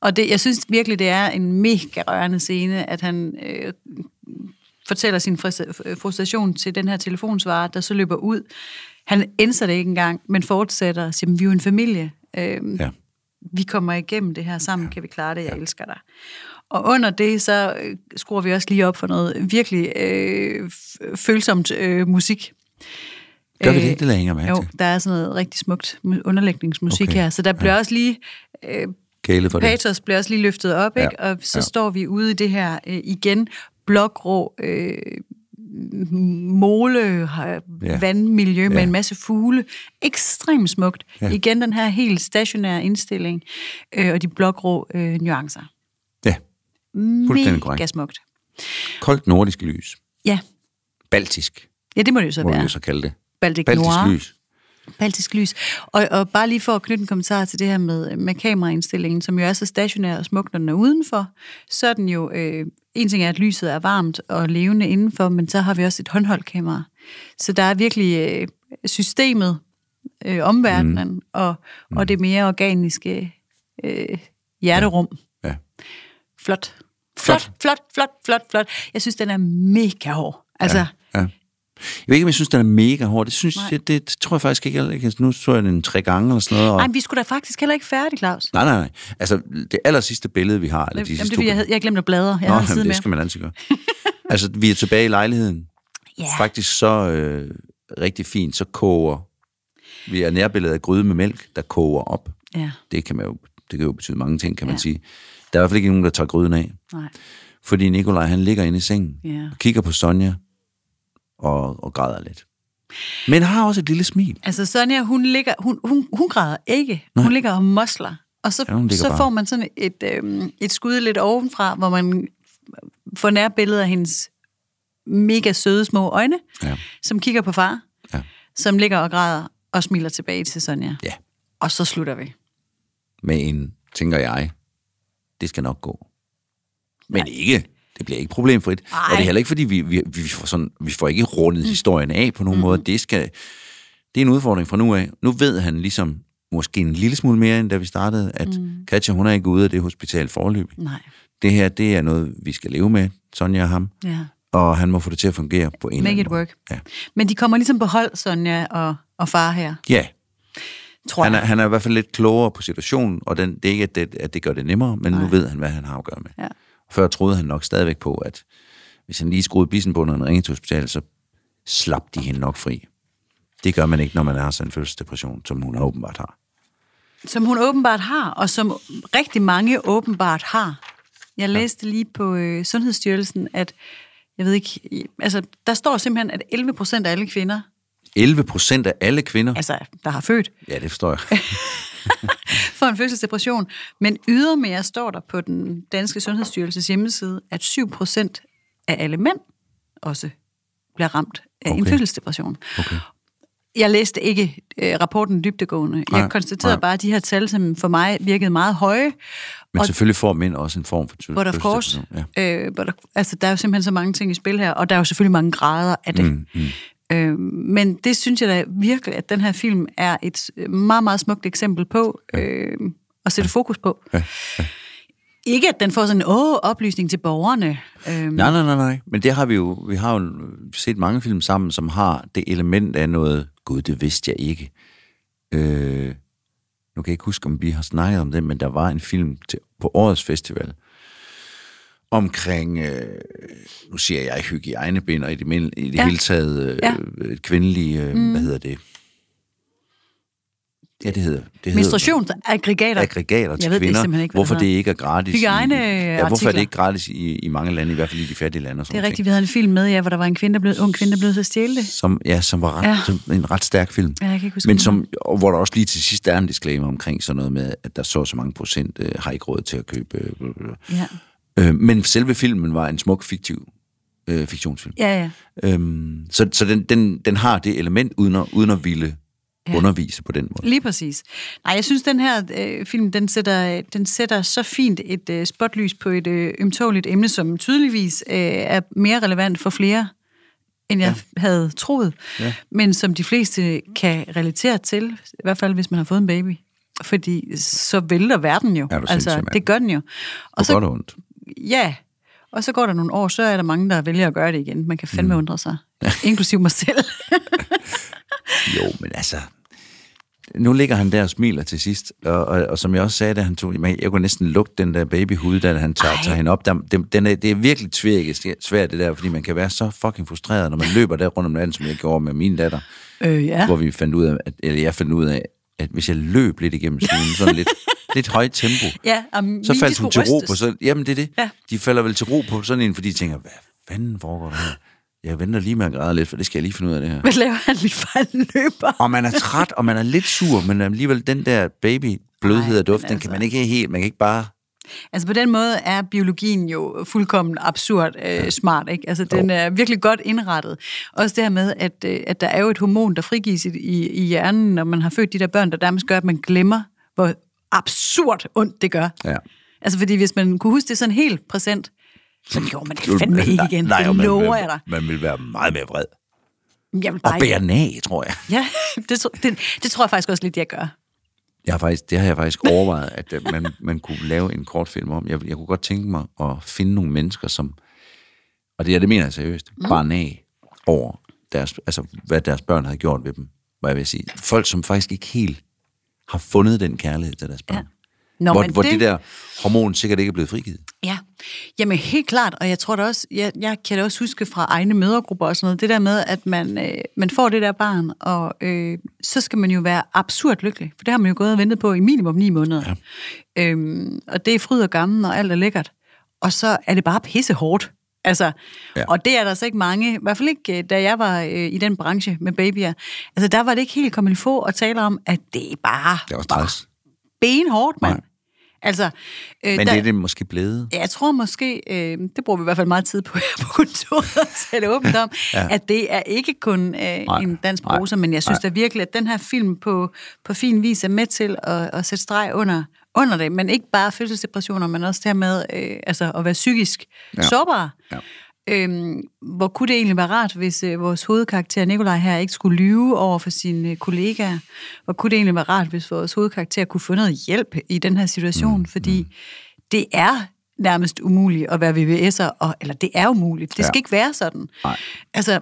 B: Og det, jeg synes virkelig, det er en mega rørende scene, at han øh, fortæller sin frus- frustration til den her telefonsvarer, der så løber ud. Han ændrer det ikke engang, men fortsætter og siger, "Men vi er jo en familie. Øhm,
A: Ja.
B: vi kommer igennem det her sammen, kan vi klare det, jeg elsker dig. Og under det, så øh, skruer vi også lige op for noget virkelig øh, f- følsomt øh, musik.
A: Gør vi det? Det lader jeg ikke mærke
B: Øh, Jo,
A: til.
B: der er sådan noget rigtig smukt mu- underlægningsmusik
A: Okay.
B: okay. her, så der bliver også lige... Øh,
A: Kæle for det.
B: patos bliver også lige løftet op,
A: Ja,
B: ja. ikke? Og
A: ja.
B: så ja. står vi ude i det her øh, igen blågrå øh, m- mole
A: Ja.
B: ja. vandmiljø ja. med
A: Ja.
B: en masse fugle. Ekstremt smukt. Ja. Igen den her helt stationære indstilling øh, og de blågrå øh, nuancer.
A: Ja,
B: Mega
A: fuldstændig korrekt.
B: smukt.
A: Koldt nordisk lys.
B: Ja.
A: Baltisk,
B: ja, det må det jo så
A: må vi
B: være.
A: jo så kalde det.
B: Baltic,
A: Baltisk
B: Noir.
A: lys.
B: Baltisk lys. Og, og bare lige for at knytte en kommentar til det her med, med kameraindstillingen, som jo er så stationær og smuk, når den er udenfor, så er den jo... Øh, en ting er, at lyset er varmt og levende indenfor, men så har vi også et håndholdt kamera. Så der er virkelig øh, systemet, øh, omverdenen, mm. og, og det mere organiske øh, hjerterum.
A: Ja.
B: Flot.
A: Flot.
B: Flot, flot, flot, flot, flot. Jeg synes, den er mega hård. Altså, ja.
A: Ja. Jeg ved ikke, om jeg synes, den er mega hård. Det, synes,
B: Nej.
A: jeg, det, det tror jeg faktisk ikke. Jeg, jeg- nu så jeg den tre gange eller sådan noget. Og...
B: Ej, men vi skulle da faktisk heller ikke færdige, Claus.
A: Nej, nej, nej. Altså, det aller sidste billede, vi har... Eller
B: Jamen,
A: de
B: det
A: sidste
B: er
A: to
B: fordi, jeg, havde, jeg glemte at bladre. Jeg Nå, har en
A: jamen,
B: side
A: det
B: med.
A: skal man altid gøre. altså, vi er tilbage i lejligheden.
B: Ja.
A: Faktisk så øh, rigtig fint, så koger... Vi er nærbilledet af gryde med mælk, der koger op.
B: Ja,
A: Det kan, man jo, det kan jo betyde mange ting, kan man
B: Ja.
A: sige. Der er i hvert fald ikke nogen, der tager gryden af.
B: nej.
A: Fordi Nikolaj, han ligger inde i sengen
B: Ja.
A: og kigger på Sonja og, og græder lidt. Men har også et lille smil.
B: Altså Sonja, hun, ligger, hun, hun, hun græder ikke. Nej. Hun ligger og mosler. Og så,
A: Ja, hun
B: ja,
A: ligger
B: så
A: bare.
B: får man sådan et, øhm, et skud lidt ovenfra, hvor man får nær billede af hendes mega søde små øjne,
A: Ja.
B: som kigger på far,
A: Ja.
B: som ligger og græder og smiler tilbage til Sonja.
A: ja.
B: Og så slutter vi.
A: Med en, tænker jeg, det skal nok gå. Men Nej. ikke. Det bliver ikke problemfrit.
B: Ej.
A: Og det er heller ikke, fordi vi, vi, vi, får, sådan, vi får ikke rundet historien af på nogen mm. måde. Det, skal, det er en udfordring fra nu af. Nu ved han ligesom måske en lille smule mere, end da vi startede, at mm. Katja, hun er ikke ude af det hospital forløb.
B: Nej.
A: Det her, det er noget, vi skal leve med, Sonja og ham.
B: Ja.
A: og han må få det til at fungere på en
B: Make
A: eller
B: it
A: anden måde.
B: work.
A: Ja.
B: Men de kommer ligesom på hold, Sonja og, og far her,
A: ja.
B: tror
A: Han, er,
B: jeg.
A: han er i hvert fald lidt klogere på situationen, og den, det er ikke, at det, at det gør det nemmere, men Nej. nu ved han, hvad han har at gøre med.
B: Ja.
A: Før troede han nok stadigvæk på, at hvis han lige skruede bissen på, når han ringede til hospitalet, så slap de hende nok fri. Det gør man ikke, når man har sådan en følelsesdepression, som hun åbenbart har.
B: Som hun åbenbart har, og som rigtig mange åbenbart har. Jeg læste lige på øh, Sundhedsstyrelsen, at jeg ved ikke, i- altså der står simpelthen, at 11 procent af alle kvinder,
A: 11 procent af alle kvinder,
B: altså der har født,
A: ja, det forstår jeg,
B: får en fødselsdepression. Men ydermere står der på den danske Sundhedsstyrelses hjemmeside, at 7 procent af alle mænd også bliver ramt af okay. en
A: Okay.
B: fødselsdepression. Okay. Jeg læste ikke øh, rapporten dybtegående. Nej,
A: Nej,
B: jeg konstaterede
A: nej.
B: bare, at de her tal, som for mig virkede meget høje,
A: men
B: Og-
A: selvfølgelig får mænd også en form for ty-
B: But of course,
A: følelsesdepression. Ja.
B: ja. øh, but of, altså, der er jo simpelthen så mange ting i spil her, og der er jo selvfølgelig mange grader af det. Mm, mm. Øh, men det synes jeg da virkelig, at den her film er et øh, meget, meget smukt eksempel på øh, at sætte fokus på. Ja, ja. Ikke at den får sådan en åh, oplysning til borgerne. Øh,
A: Nej, nej, nej, nej. Men det har vi jo, vi har jo set mange film sammen, som har det element af noget, gud, det vidste jeg ikke. Øh, nu kan jeg ikke huske, om vi har snakket om det, men der var en film til, på årets festival, omkring, øh, nu siger jeg hygiejnebind, og i det, men, i det ja.
B: Ja.
A: hele taget øh,
B: Ja.
A: ja. et kvindeligt, øh, mm. hvad hedder det? Ja, det hedder... Det hedder
B: menstruationsaggregater.
A: aggregater til
B: Jeg ved det
A: kvinder,
B: simpelthen ikke, hvad det
A: hvorfor det
B: hedder.
A: ikke er gratis. i-
B: Hygiejneartikler.
A: ja, hvorfor er det ikke gratis i, i mange lande, i hvert fald i de fattige lande. Og sådan
B: Det er
A: nogle
B: rigtigt, vi havde en film med, ja, hvor der var en kvinde, der blev, ung kvinde, der blev så stjæle.
A: som, ja, som var ret,
B: Ja.
A: ja. som en ret stærk film.
B: Ja, jeg kan ikke huske
A: Men
B: den.
A: som, og hvor der også lige til sidst er en disclaimer omkring sådan noget med, at der så og så mange procent øh, har ikke råd til at købe. Øh, bla, bla, bla.
B: Ja,
A: øh, men selve filmen var en smuk fiktiv øh, fiktionsfilm.
B: ja, ja.
A: Øhm, så så den, den, den har det element uden at, uden at ville ja. undervise på den måde.
B: Lige præcis. Nej, jeg synes, den her øh, film, den sætter, den sætter så fint et øh, spotlys på et øh, ømtåligt emne, som tydeligvis øh, er mere relevant for flere, end jeg ja. havde troet. Ja. Men som de fleste kan relatere til, i hvert fald hvis man har fået en baby. Fordi så vælter verden jo.
A: Er du sindssyg,
B: altså,
A: mand.
B: det gør den jo.
A: På
B: Og så,
A: godt og ondt.
B: ja, og så går der nogle år, så er der mange, der vælger at gøre det igen. Man kan fandme mm. undre sig. Inklusiv mig selv.
A: Jo, men altså... Nu ligger han der og smiler til sidst, og, og, og som jeg også sagde, da han tog, jamen, jeg kunne næsten lugte den der babyhud, da han tager, tager hende op. Der, den, den er, det er virkelig tvirket svært, det der, fordi man kan være så fucking frustreret, når man løber der rundt om landet, som jeg gjorde med min datter,
B: øh, ja.
A: ja. hvor vi fandt ud af, at, eller jeg fandt ud af, at hvis jeg løb lidt igennem sneen, sådan lidt, lidt højt tempo,
B: Ja, og
A: så
B: mine, de
A: faldt hun
B: skulle
A: til ro
B: rystes.
A: på sådan, jamen det er det,
B: Ja.
A: ja. de falder vel til ro på sådan en, fordi de tænker, hvad fanden foregår der her? Jeg venter lige med at græde lidt, for det skal jeg lige finde ud af det her.
B: Hvad laver han lige for en løber?
A: og man er træt, og man er lidt sur, men alligevel den der baby blødhed
B: Ej,
A: og duft,
B: men
A: den kan
B: altså.
A: man ikke helt, man kan ikke bare
B: Altså på den måde er biologien jo fuldkommen absurd øh, smart, ikke? Altså den er virkelig godt indrettet. Også det her med, at, øh, at der er jo et hormon, der frigives i, i, i hjernen, når man har født de der børn, der dermed gør, at man glemmer, hvor absurd ondt det gør.
A: Ja.
B: Altså fordi hvis man kunne huske det sådan helt præsent, så gjorde man det fandme ikke igen.
A: Nej, nej, og
B: det
A: man
B: lover
A: vil-
B: jeg dig.
A: Man vil være meget mere vred.
B: Jeg vil
A: Og
B: bare ikke-
A: bære den af, tror jeg.
B: Ja, det, tro- det, det tror jeg faktisk også lidt, jeg gør.
A: jeg har faktisk, det har jeg faktisk overvejet, at øh, man, man kunne lave en kortfilm om. Jeg, jeg kunne godt tænke mig at finde nogle mennesker, som, og det, ja, det mener jeg seriøst,
B: Mhm.
A: mm. bare af over, deres, altså, hvad deres børn havde gjort ved dem, hvad jeg vil sige. Folk, som faktisk ikke helt har fundet den kærlighed til deres børn. Ja.
B: Nå,
A: hvor,
B: men
A: hvor
B: det-
A: det... det der hormon sikkert ikke er blevet frigivet.
B: Ja, jamen helt klart, og jeg tror da også, jeg, jeg kan da også huske fra egne mødergrupper og sådan noget, det der med, at man, øh, man får det der barn, og øh, så skal man jo være absurd lykkelig, for det har man jo gået og ventet på i minimum ni måneder. Ja. Øhm, og det er fryd og gammel, og alt er lækkert. Og så er det bare pisse hårdt. Altså, ja.
A: Ja.
B: Og det er der så ikke mange, i hvert fald ikke, øh, da jeg var øh, i den branche med babyer. Altså, der var det ikke helt kommet få at tale om, at det er bare
A: Det var stress.
B: Ah, benhårdt, mand. Altså, øh,
A: Men det er det måske blevet.
B: Ja, jeg tror måske, øh, det bruger vi i hvert fald meget tid på her på kontoret, at tale åbent om, ja. at det er ikke kun øh, en dansk
A: nej,
B: prosa, men jeg synes da virkelig, at den her film på, på fin vis er med til at, at sætte streg under, under det, men ikke bare fødselsdepressioner, men også det her med øh, altså at være psykisk ja. sårbar. Ja. Øhm, hvor kunne det egentlig være rart, hvis øh, vores hovedkarakter Nikolaj her ikke skulle lyve over for sine øh, kollegaer? Hvor kunne det egentlig være rart, hvis vores hovedkarakter kunne få noget hjælp i den her situation? Mm, fordi mm. det er nærmest umuligt at være VVS'er, og, eller det er umuligt. Det ja. skal ikke være sådan. Nej. Altså,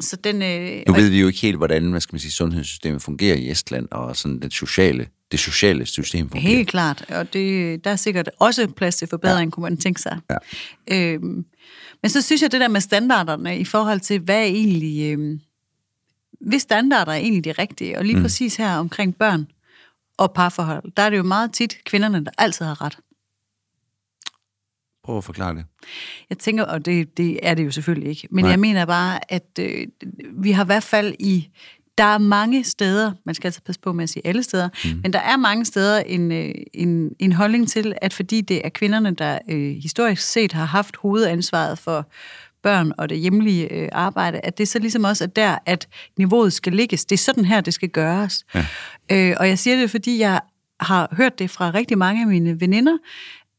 B: så den... Øh,
A: Nu
B: og-
A: ved vi jo ikke helt, hvordan hvad skal man sige, sundhedssystemet fungerer i Estland, og sådan det sociale, det sociale system fungerer.
B: Helt klart, og det, der er sikkert også plads til forbedring, ja. kunne man tænke sig. Ja. Øhm, men så synes jeg, det der med standarderne i forhold til, hvad er egentlig... Øhm, hvis standarder er egentlig de rigtige, og lige mm. præcis her omkring børn og parforhold, der er det jo meget tit kvinderne, der altid har ret.
A: Prøv at forklare det.
B: Jeg tænker, og det, det er det jo selvfølgelig ikke, men Nej.
A: Nej.
B: jeg mener bare, at øh, vi har i hvert fald i... Der er mange steder, man skal altså passe på med at sige alle steder, mm. men der er mange steder en, øh, en, en holdning til, at fordi det er kvinderne, der øh, historisk set har haft hovedansvaret for børn og det hjemlige øh, arbejde, at det så ligesom også er der, at niveauet skal ligges. Det er sådan her, det skal gøres. Ja. Øh, og jeg siger det, fordi jeg har hørt det fra rigtig mange af mine veninder,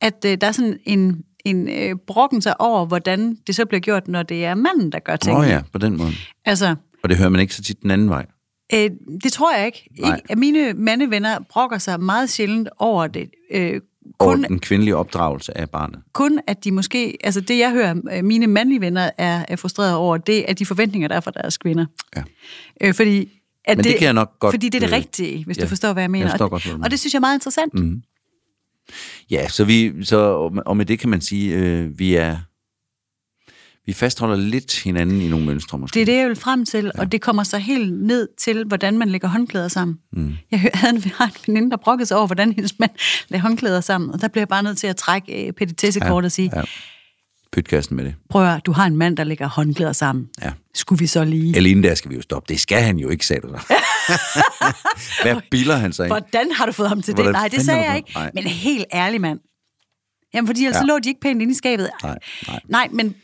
B: at øh, der er sådan en, en øh, brokken sig over, hvordan det så bliver gjort, når det er manden, der gør ting.
A: Nå ja, på den måde.
B: Altså,
A: Og det hører man ikke så tit den anden vej.
B: øh, det tror jeg ikke.
A: Nej.
B: ikke. at Mine mandevenner brokker sig meget sjældent over det. Øh,
A: Kun...
B: kun
A: Og den kvindelige opdragelse af barnet.
B: kun at de måske, altså det jeg hører øh, mine mandlige venner er, er frustreret over, det er de forventninger, der er fra deres kvinder.
A: Ja.
B: Øh, fordi at
A: Men det kan jeg nok godt,
B: Fordi det er det
A: øh,
B: rigtige, hvis du
A: ja.
B: forstår, hvad jeg mener.
A: Jeg forstår
B: Og-
A: godt, hvad du Mhm.
B: og det synes jeg er meget interessant. Mm.
A: Ja, så, vi, så og med det kan man sige, øh, vi er vi fastholder lidt hinanden i nogle mønstre måske.
B: Det er det, jeg vil frem til, ja. og det kommer så helt ned til, hvordan man lægger håndklæder sammen. Mm. Jeg hø- havde en, har en veninde, der brokkede sig over, hvordan hendes mand lagde håndklæder sammen, og der blev jeg bare nødt til at trække øh, petitessekortet ja. og sige, ja.
A: Ja. Pytkassen med det.
B: prøv at høre, du har en mand, der lægger håndklæder sammen.
A: Ja.
B: Skulle vi så lige...
A: Alene der skal vi jo stoppe. Det skal han jo ikke, sagde du da. Hvad bilder han sig ind?
B: Hvordan har du fået ham til det?
A: Hvordan
B: Nej, det
A: fanden
B: sagde
A: har du
B: jeg
A: fået-
B: ikke. Nej.
A: Nej.
B: Men helt ærlig, mand. Jamen, fordi ellers ja.
A: Ja.
B: lå de ikke pænt inde i skabet.
A: Nej, nej.
B: nej men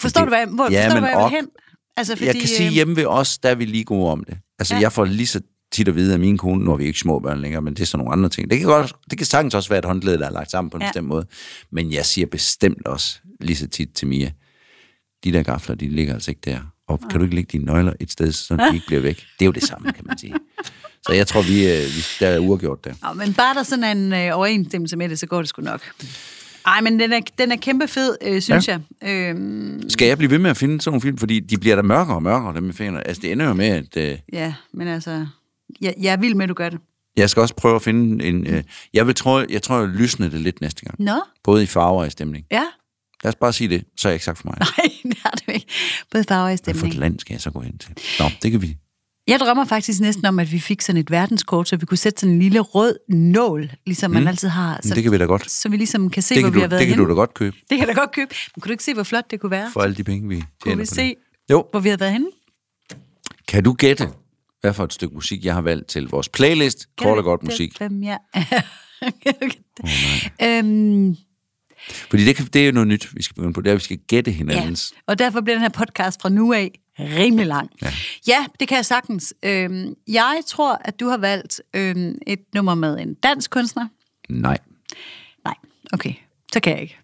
B: forstår
A: Det-
B: det, du, hvad, hvor,
A: Ja,
B: forstår du,
A: men
B: hvad jeg
A: og-
B: vil hen? Altså, fordi,
A: jeg kan sige,
B: øh,
A: hjemme ved os, der er vi lige gode om det. Altså,
B: Ja.
A: ja. jeg får lige så tit at vide af min kone, nu har vi ikke små børn længere, men det er sådan nogle andre ting. Det kan, godt, det kan sagtens også være et håndklæde, der er lagt sammen på en
B: Ja.
A: ja. bestemt måde. Men jeg siger bestemt også lige så tit til Mia, de der gafler, de ligger altså ikke der. Og kan du ikke lægge dine nøgler et sted, så de ikke bliver væk? Det er jo det samme, kan man sige. Så jeg tror, vi, øh, vi der er uafgjort der.
B: Nå, men bare der sådan er en øh, overensstemmelse med det, så går det sgu nok. Ej, men den er, den er kæmpe fed, øh, synes ja. jeg. Øhm,
A: Skal jeg blive ved med at finde sådan nogle film? Fordi de bliver da mørkere og mørkere, dem jeg finder. Altså, det ender jo med, at... Øh,
B: ja, men altså, jeg, jeg er vild med, at du gør det.
A: jeg skal også prøve at finde en... Øh, jeg, vil tro, jeg tror, jeg lysner det lidt næste gang.
B: Nå,
A: Både i farver og i stemning.
B: ja.
A: Lad os bare sige det, så er jeg ikke sagt for mig.
B: Nej, det har du ikke. Både farver i
A: Hvad for et
B: stemning.
A: land skal jeg så gå hen til? Nå, det kan vi.
B: Jeg drømmer faktisk næsten om, at vi fik sådan et verdenskort, så vi kunne sætte sådan en lille rød nål, ligesom man altid har. Så,
A: Mm. Men det kan vi da godt.
B: så vi ligesom kan se,
A: Det
B: hvor
A: kan,
B: vi har
A: du,
B: været
A: det kan
B: henne.
A: du da godt købe
B: Det kan jeg da godt købe. Men kunne du ikke se, hvor flot det kunne være?
A: for alle de penge, vi
B: kunne
A: tjener
B: vi
A: på
B: se,
A: det. Jo,
B: hvor vi har været henne?
A: kan du gætte, hvad for et stykke musik, jeg har valgt til vores playlist? Kort og godt
B: Det er
A: musik.
B: Hvem jeg er. okay. øhm,
A: Fordi det, kan, det er jo noget nyt, vi skal begynde på. Det er, at vi skal gætte hinandens.
B: Ja. Og derfor bliver den her podcast fra nu af rimelig lang. Ja, ja det kan jeg sagtens. Øhm, jeg tror, at du har valgt øhm, et nummer med en dansk kunstner.
A: Nej.
B: Nej, okay. Så kan jeg ikke.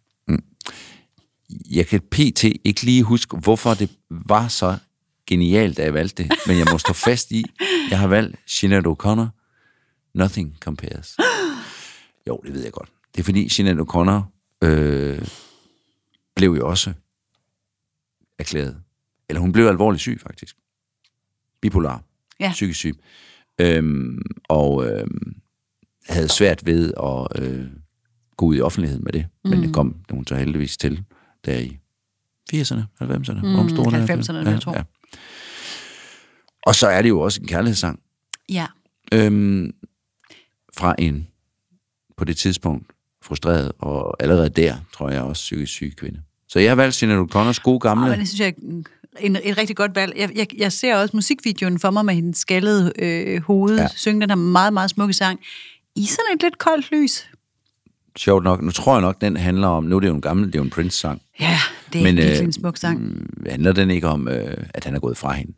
A: Jeg kan pt. ikke lige huske, hvorfor det var så genialt, da jeg valgte det. Men jeg må stå fast i, jeg har valgt Sinead O'Connor. Nothing compares. Jo, det ved jeg godt. Det er fordi Sinead O'Connor øh, blev jo også erklæret. Eller hun blev alvorligt syg, faktisk. Bipolar.
B: Ja.
A: Psykisk syg. Øhm, og øhm, havde svært ved at øh, gå ud i offentligheden med det. Mm. Men det kom hun så heldigvis til der i 80'erne, 90'erne. Mm,
B: 90'erne, vil jeg tro.
A: Og så er det jo også en kærlighedssang
B: Ja.
A: øhm, fra en på det tidspunkt frustreret og allerede der, tror jeg, også psykisk syg kvinde. Så jeg har valgt Sinead O'Connors gode gamle...
B: Og det synes jeg er en, en, et rigtig godt valg. Jeg, jeg, jeg ser også musikvideoen for mig med hendes skaldede øh, hoved, ja. synge den her meget, meget smukke sang. I sådan et lidt koldt lys.
A: sjovt nok, nu tror jeg nok, den handler om, nu er det jo en gammel, det er jo en Prince-sang,
B: Ja, det er
A: Men,
B: Men, virkelig
A: øh,
B: en smuk sang.
A: Mm, handler den ikke om, øh, at han er gået fra hende?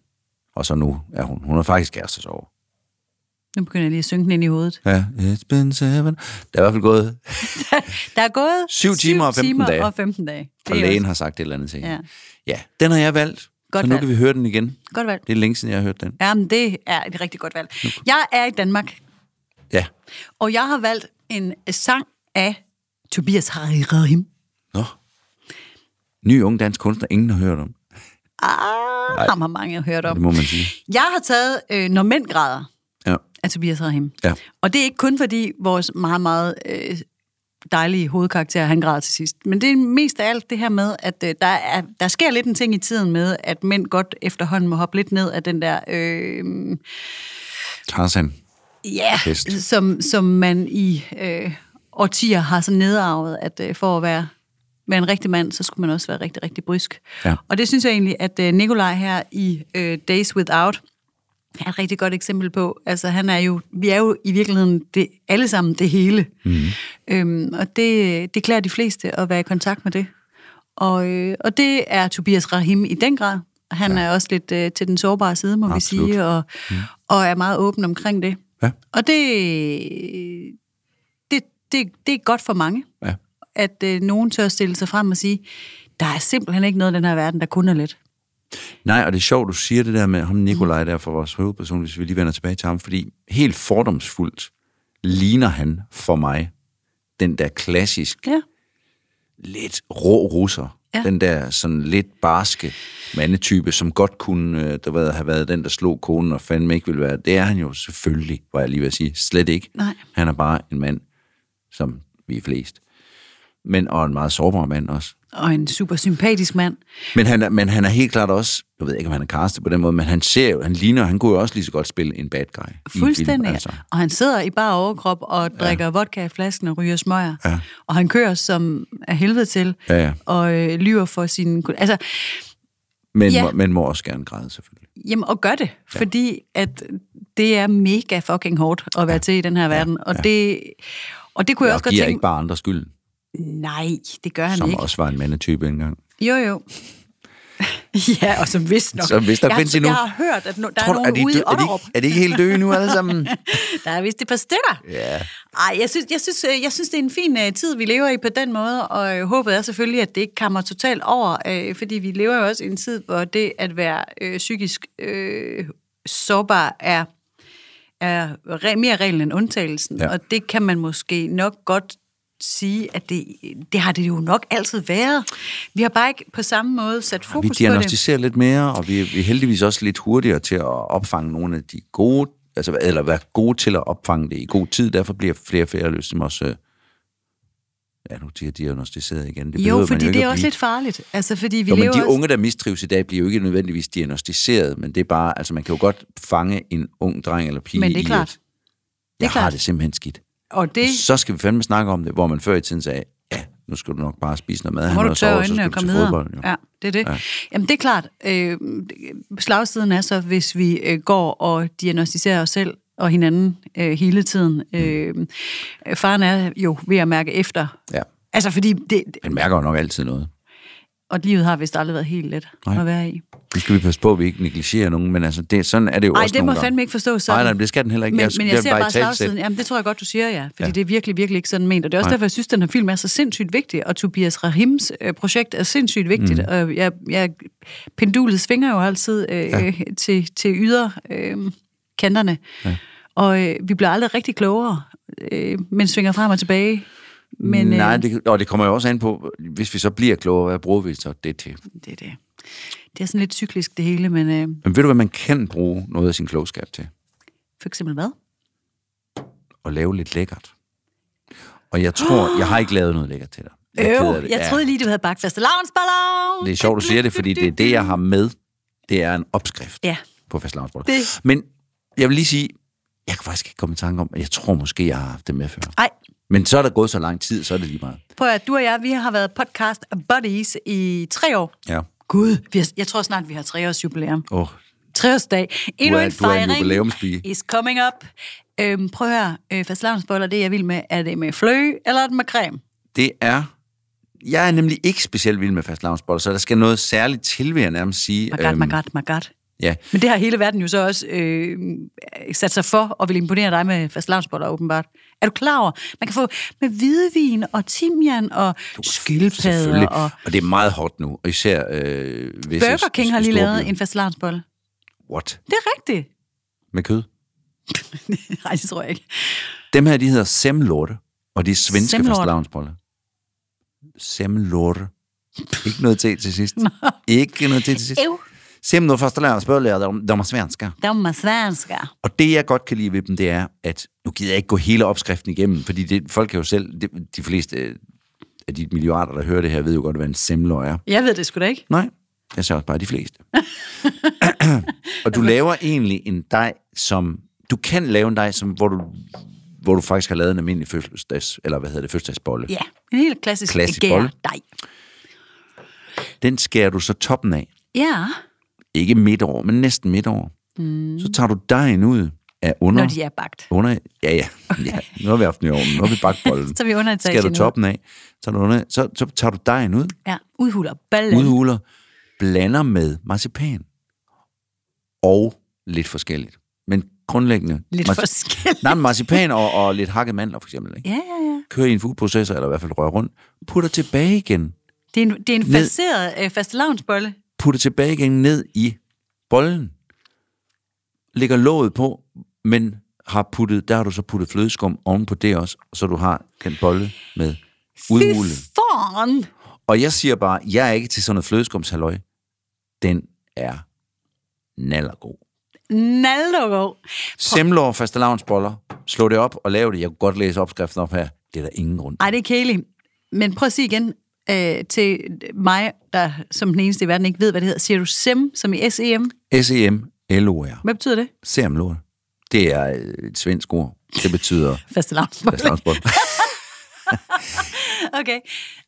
A: Og så nu er hun, hun er faktisk kæreste over.
B: Nu begynder jeg lige at synge den ind i hovedet.
A: Ja, it's been seven. Der er i hvert fald gået,
B: Der er gået
A: Syv timer og 15
B: timer
A: dage.
B: og 15 dage.
A: og
B: Det er
A: lægen
B: også
A: har sagt et eller andet til hende.
B: Ja.
A: Ja. ja, den har jeg valgt,
B: Godt
A: så nu
B: valgt.
A: kan vi høre den igen.
B: godt valg.
A: Det er længe siden, jeg har hørt den.
B: Jamen, det er et rigtig godt valg. Jeg er i Danmark,
A: Ja,
B: og jeg har valgt en sang af Tobias Rahim.
A: nå. Ny ung dansk kunstner, ingen har hørt om.
B: Ah, ham har mange hørt
A: Det
B: om.
A: må man sige.
B: Jeg har taget øh, Når mænd græder
A: Ja,
B: af Tobias Rahim.
A: ja.
B: Og det er ikke kun fordi vores meget, meget øh, dejlige hovedkarakter, han græder til sidst. Men det er mest af alt det her med, at øh, der, er, der sker lidt en ting i tiden med, at mænd godt efterhånden må hoppe lidt ned af den der... Øh,
A: Tarzan.
B: Ja,
A: Hest.
B: som, som man i øh, årtier har så nedarvet, at øh, for at være, være en rigtig mand, så skulle man også være rigtig, rigtig brysk.
A: Ja.
B: Og det synes jeg egentlig, at øh, Nikolaj her i øh, Days Without er et rigtig godt eksempel på. Altså, han er jo, vi er jo i virkeligheden det, alle sammen det hele.
A: Mhm.
B: Mm. Øhm, og det, det klæder de fleste at være i kontakt med det. Og, øh, og det er Tobias Rahim i den grad. Han ja. er også lidt øh, til den sårbare side, må
A: Absolut. Mhm.
B: vi sige, og, mm. og er meget åben omkring det.
A: Ja,
B: Og det, det, det, det er godt for mange,
A: ja.
B: at øh, nogen tør stille sig frem og sige, der er simpelthen ikke noget i den her verden, der kun er let.
A: Nej, og det er sjovt, du siger det der med ham Nikolaj der for vores hovedperson, hvis vi lige vender tilbage til ham, fordi helt fordomsfuldt ligner han for mig den der klassisk,
B: Ja.
A: lidt rå russer.
B: Ja.
A: Ja. Den der sådan lidt barske mandetype, som godt kunne øh, der ved, have været den, der slog konen og fandme ikke ville være. Det er han jo selvfølgelig, var jeg lige ved at sige. Slet ikke.
B: Nej.
A: Han er bare en mand, som vi er flest. Men, og en meget sårbar mand også.
B: Og en super sympatisk mand.
A: Men han, er, men han er helt klart også, jeg ved ikke, om han er castet på den måde, men han ser jo, han ligner, han kunne jo også lige så godt spille en bad guy. i en film,
B: Fuldstændig. altså. Og han sidder i bare overkrop og drikker ja. vodka i flasken og ryger smøger. Ja. Og han kører som af helvede til.
A: Ja, ja.
B: Og øh, lyver for sin... Altså,
A: Men,
B: Ja.
A: ja. men må også gerne græde, selvfølgelig.
B: Jamen, og gør det, ja. fordi at det er mega fucking hårdt at være ja. til i den her verden. Og, ja. det, og det kunne jeg
A: Og
B: også godt
A: giver
B: tænke...
A: ikke bare andre skylden,
B: Nej, det gør han
A: som
B: ikke.
A: også var en mandetype engang.
B: Jo, jo. ja, og som vist nok.
A: Som vist nok
B: jeg,
A: findes
B: har-
A: endnu.
B: Jeg har hørt, at no, der
A: Tror
B: er
A: du,
B: nogen
A: de
B: ude i
A: dø- er, de,
B: Otterup.
A: ikke- er de ikke helt døde nu alle sammen?
B: Der er vist et par stykker.
A: Ja.
B: Ej, jeg synes, jeg, synes, øh, jeg synes, det er en fin øh, tid, vi lever i på den måde, og øh, håbet er selvfølgelig, at det ikke kommer totalt over, øh, fordi vi lever jo også i en tid, hvor det at være øh, psykisk øh, sårbar er, er re- mere reglen end undtagelsen, ja.
A: Ja.
B: og det kan man måske nok godt sige, at det, det har det jo nok altid været. Vi har bare ikke på samme måde sat
A: Vi
B: fokus på det.
A: diagnostiserer lidt mere, og vi er, vi er heldigvis også lidt hurtigere til at opfange nogle af de gode, altså, eller være gode til at opfange det i god tid. Derfor bliver flere og flere løsning også... øh, Ja, nu siger jeg diagnostiseret igen. Det behøver
B: Jo,
A: man
B: fordi
A: jo ikke
B: det er
A: at
B: også
A: blive.
B: lidt farligt. Altså, fordi vi
A: Jo, men
B: lever
A: de
B: også...
A: unge, der mistrives i dag, bliver jo ikke nødvendigvis diagnostiseret, men det er bare, altså man kan jo godt fange en ung dreng eller pige
B: Men det er
A: i,
B: klart.
A: at
B: Det er
A: jeg har
B: klart.
A: det simpelthen skidt.
B: Og det
A: Så skal vi fandme snakke om det, hvor man før i tiden sagde, ja, nu skal du nok bare spise noget mad,
B: må
A: han
B: du tørre øjnene og komme videre.
A: fodbold. Jo.
B: Ja, det er det. Ja. Jamen, det er klart. Øh, slagsiden er så, hvis vi øh, går og diagnostiserer os selv og hinanden øh, hele tiden. Øh, faren er jo ved at mærke efter,
A: Ja.
B: Altså, fordi det, det-
A: Man mærker jo nok altid noget.
B: og livet har vist aldrig været helt let
A: Nej.
B: at være i.
A: Nu skal vi passe på, at vi ikke negligerer nogen, men altså, det, sådan er det jo
B: Nej,
A: også
B: det
A: nogle
B: må
A: gange.
B: fandme ikke forstås sådan.
A: Nej, nej, men det skal den heller ikke.
B: Men jeg,
A: Jeg-
B: men
A: jeg
B: jeg
A: vil
B: ser
A: bare
B: bare
A: italesætte.
B: slagsiden. Jamen, det tror jeg godt, du siger, ja. Fordi ja. det er virkelig, virkelig ikke sådan ment. Og det er også
A: Nej.
B: derfor, jeg synes, den her film er så sindssygt vigtig. Og Tobias Rahims øh, projekt er sindssygt vigtigt. Mm. Og jeg, jeg, pendulet svinger jo altid øh, ja. til, til yder øh, kanterne. Ja. Og øh, vi bliver aldrig rigtig klogere, øh, men svinger frem og tilbage. Men, øh,
A: Nej, det, og det kommer jo også an på, hvis vi så bliver klogere, hvad bruger vi så det til?
B: det er det. Det er sådan lidt cyklisk det hele, men øh,
A: Men ved du, hvad man kan bruge noget af sin klogskab til?
B: for eksempel hvad?
A: At lave lidt lækkert. Og jeg tror, jeg har ikke lavet noget lækkert til dig. Jeg, er ked af
B: Øv,
A: det.
B: jeg troede lige, du havde bagt fastelavnsballon.
A: Det er sjovt, du siger det, fordi det er det, jeg har med. Det er en opskrift
B: Ja.
A: på fastelavnsboller.
B: Det-
A: Men jeg vil lige sige, jeg kan faktisk ikke komme i tanke om, at jeg tror måske, jeg har haft det med før.
B: Ej,
A: Men så er der gået så lang tid, så er det lige meget.
B: Prøv at du og jeg, vi har været podcast buddies i tre år.
A: Ja.
B: Gud, vi har, jeg tror snart, vi har treårs jubilæum.
A: Åh, oh,
B: Treårsdag. Endnu
A: Du er-
B: en
A: du er en
B: fejring.
A: jubilæumspige.
B: Is coming up. Øhm, prøv at høre, øh, fastelavnsboller, det er jeg vil med. Er det med flø, eller er det med creme?
A: det er... Jeg er nemlig ikke specielt vild med fastelavnsboller, så der skal noget særligt til, vil jeg nærmest sige.
B: Magat, øhm. magat, magat.
A: Ja,
B: Men det har hele verden jo så også øh, sat sig for, og vil imponere dig med fastelavnsboller, åbenbart. Er du klar over? Man kan få med hvidvin og timian og skildpadder
A: selvfølgelig.
B: og...
A: Og... og det er meget hot nu, og især... Øh, hvis
B: Burger King har lige lavet en fastelavnsbolle.
A: What?
B: Det er rigtigt.
A: Med kød?
B: Nej, det tror jeg ikke.
A: Dem her, de hedder semlorte, og de er svenske
B: Semlorte.
A: fastelavnsboller. Semlorte. Ikke noget til til sidst. Ikke noget til til sidst.
B: Ew.
A: Semlorte fastelavnsboller, de, de er svenske.
B: De er svenska.
A: Og det, jeg godt kan lide ved dem, det er, at nu gider jeg ikke gå hele opskriften igennem, fordi det, folk kan jo selv, det, de fleste øh, af de milliarder, der hører det her, ved jo godt, hvad en semler er.
B: Jeg ved det sgu da ikke.
A: Nej, jeg sagde også bare de fleste. og du laver egentlig en dej, som... Du kan lave en dej, som, hvor, du, hvor du faktisk har lavet en almindelig fødselsdags... Eller hvad hedder det? Fødselsdagsbolle.
B: Ja, en helt klassisk,
A: Klassisk
B: gær.
A: bolle.
B: Nej.
A: Den skærer du så toppen af.
B: Ja,
A: Ikke midt over, men næsten midt over. Mm. Så tager du dejen ud af under...
B: når de er bagt.
A: under ja, ja, ja. Nu har vi haft den i ovnen. Nu har vi bagt bollen.
B: Så er vi under
A: skærer du toppen af. Tager du under, så, så tager du dejen ud.
B: Ja, udhuler ballen.
A: udhuler, blander med marcipan. Og lidt forskelligt. Men grundlæggende...
B: Lidt
A: marci-
B: forskelligt.
A: Nej, men marcipan og, og lidt hakket mandler, for eksempel. Ikke?
B: Ja, ja, ja.
A: Kører i en foodprocessor, eller i hvert fald rører rundt. Putter tilbage igen.
B: Det er en, det er en
A: Ned.
B: faceret øh, fastelavnsbolle.
A: Putter tilbage igen ned i bollen. Lægger låget på, men har puttet, der har du så puttet flødeskum oven på det også, så du har den bolle med udhulet.
B: Fy faen!
A: Og jeg siger bare, jeg er ikke til sådan noget flødeskumshalløj. Den er nallergod.
B: Naldo.
A: Semler og fastelavnsboller. Slå det op og lav det. Jeg kunne godt læse opskriften op her. Det er der ingen grund.
B: Ej, det er kedeligt. Men prøv at sige igen øh, til mig, der som den eneste i verden ikke ved, hvad det hedder. Siger du SEM, som i SEM?
A: E S-E-M-L-O-R.
B: Hvad betyder det?
A: Semlor. Det er øh, et svensk ord. Det betyder
B: Fastelavnsbolle.
A: fastelavnsboller.
B: Okay.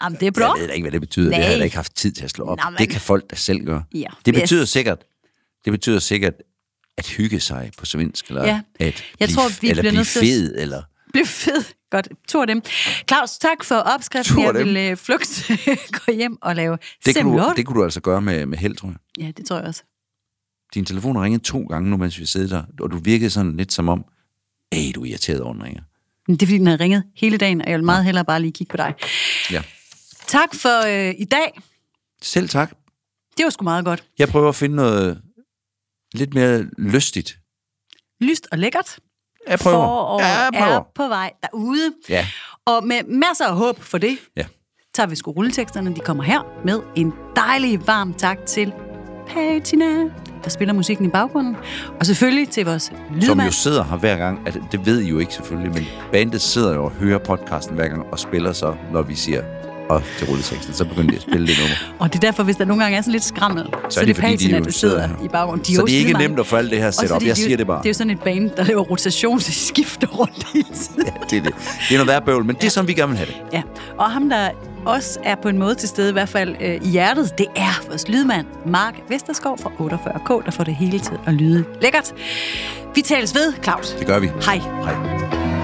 B: Jamen, det er bra.
A: Jeg ved da ikke, hvad det betyder. Nej. Det har jeg da ikke haft tid til at slå op.
B: Nå, men-
A: det kan folk da selv gøre.
B: Ja,
A: det
B: yes.
A: betyder sikkert, det betyder sikkert at hygge sig på svensk, eller
B: Ja.
A: at
B: Jeg
A: blive,
B: tror, vi
A: eller
B: bliver
A: blive
B: nødt til at-
A: fed, eller...
B: blev fed. Godt. To af dem. Claus, tak for opskriften.
A: To af
B: Jeg
A: dem.
B: vil øh, flugt gå hjem og lave
A: Det kunne, du,
B: semmelort.
A: det kunne du altså gøre med, med held, tror jeg.
B: Ja, det tror jeg også.
A: Din telefon ringede to gange nu, mens vi sidder der, og du virkede sådan lidt som om, Ej, du er irriteret over, den ringer.
B: Men det er, fordi den har ringet hele dagen, og jeg vil meget hellere bare lige kigge på dig.
A: Ja.
B: Tak for øh, i dag.
A: Selv tak.
B: Det var sgu meget godt.
A: Jeg prøver at finde noget lidt mere lystigt.
B: Lyst og lækkert.
A: Jeg prøver.
B: Forår
A: ja, jeg prøver.
B: er på vej derude.
A: Ja.
B: Og med masser af håb for det,
A: Ja.
B: tager vi sgu rulleteksterne. De kommer her med en dejlig varm tak til Patina, der spiller musikken i baggrunden. Og selvfølgelig til vores
A: Som
B: lydmand.
A: jo sidder her hver gang. Altså, det ved I jo ikke selvfølgelig, men bandet sidder jo og hører podcasten hver gang og spiller så, når vi siger og til rulleteksten, så begynder de at spille det nummer.
B: Og det er derfor, hvis der nogle gange er sådan lidt skrammel, så,
A: Så er det, fordi de
B: patina,
A: jo
B: der
A: sidder
B: sidder
A: her.
B: i baggrunden. De
A: så
B: jo
A: det er
B: skide
A: ikke
B: mange.
A: nemt at få alt det her
B: Også
A: setup.
B: fordi
A: Jeg
B: de jo-
A: siger det bare.
B: Det er jo sådan et band, der laver rotationsskifter rundt hele tiden.
A: det, er det. det er noget værre bøvl, men det er sådan, vi gerne vil have det.
B: Ja. Og ham, der også er på en måde til stede, i hvert fald øh, i hjertet, det er vores lydmand, Mark Vesterskov fra 48K, der får det hele til at lyde lækkert. Vi tales ved, Claus.
A: Det gør vi.
B: Hej.
A: Hej.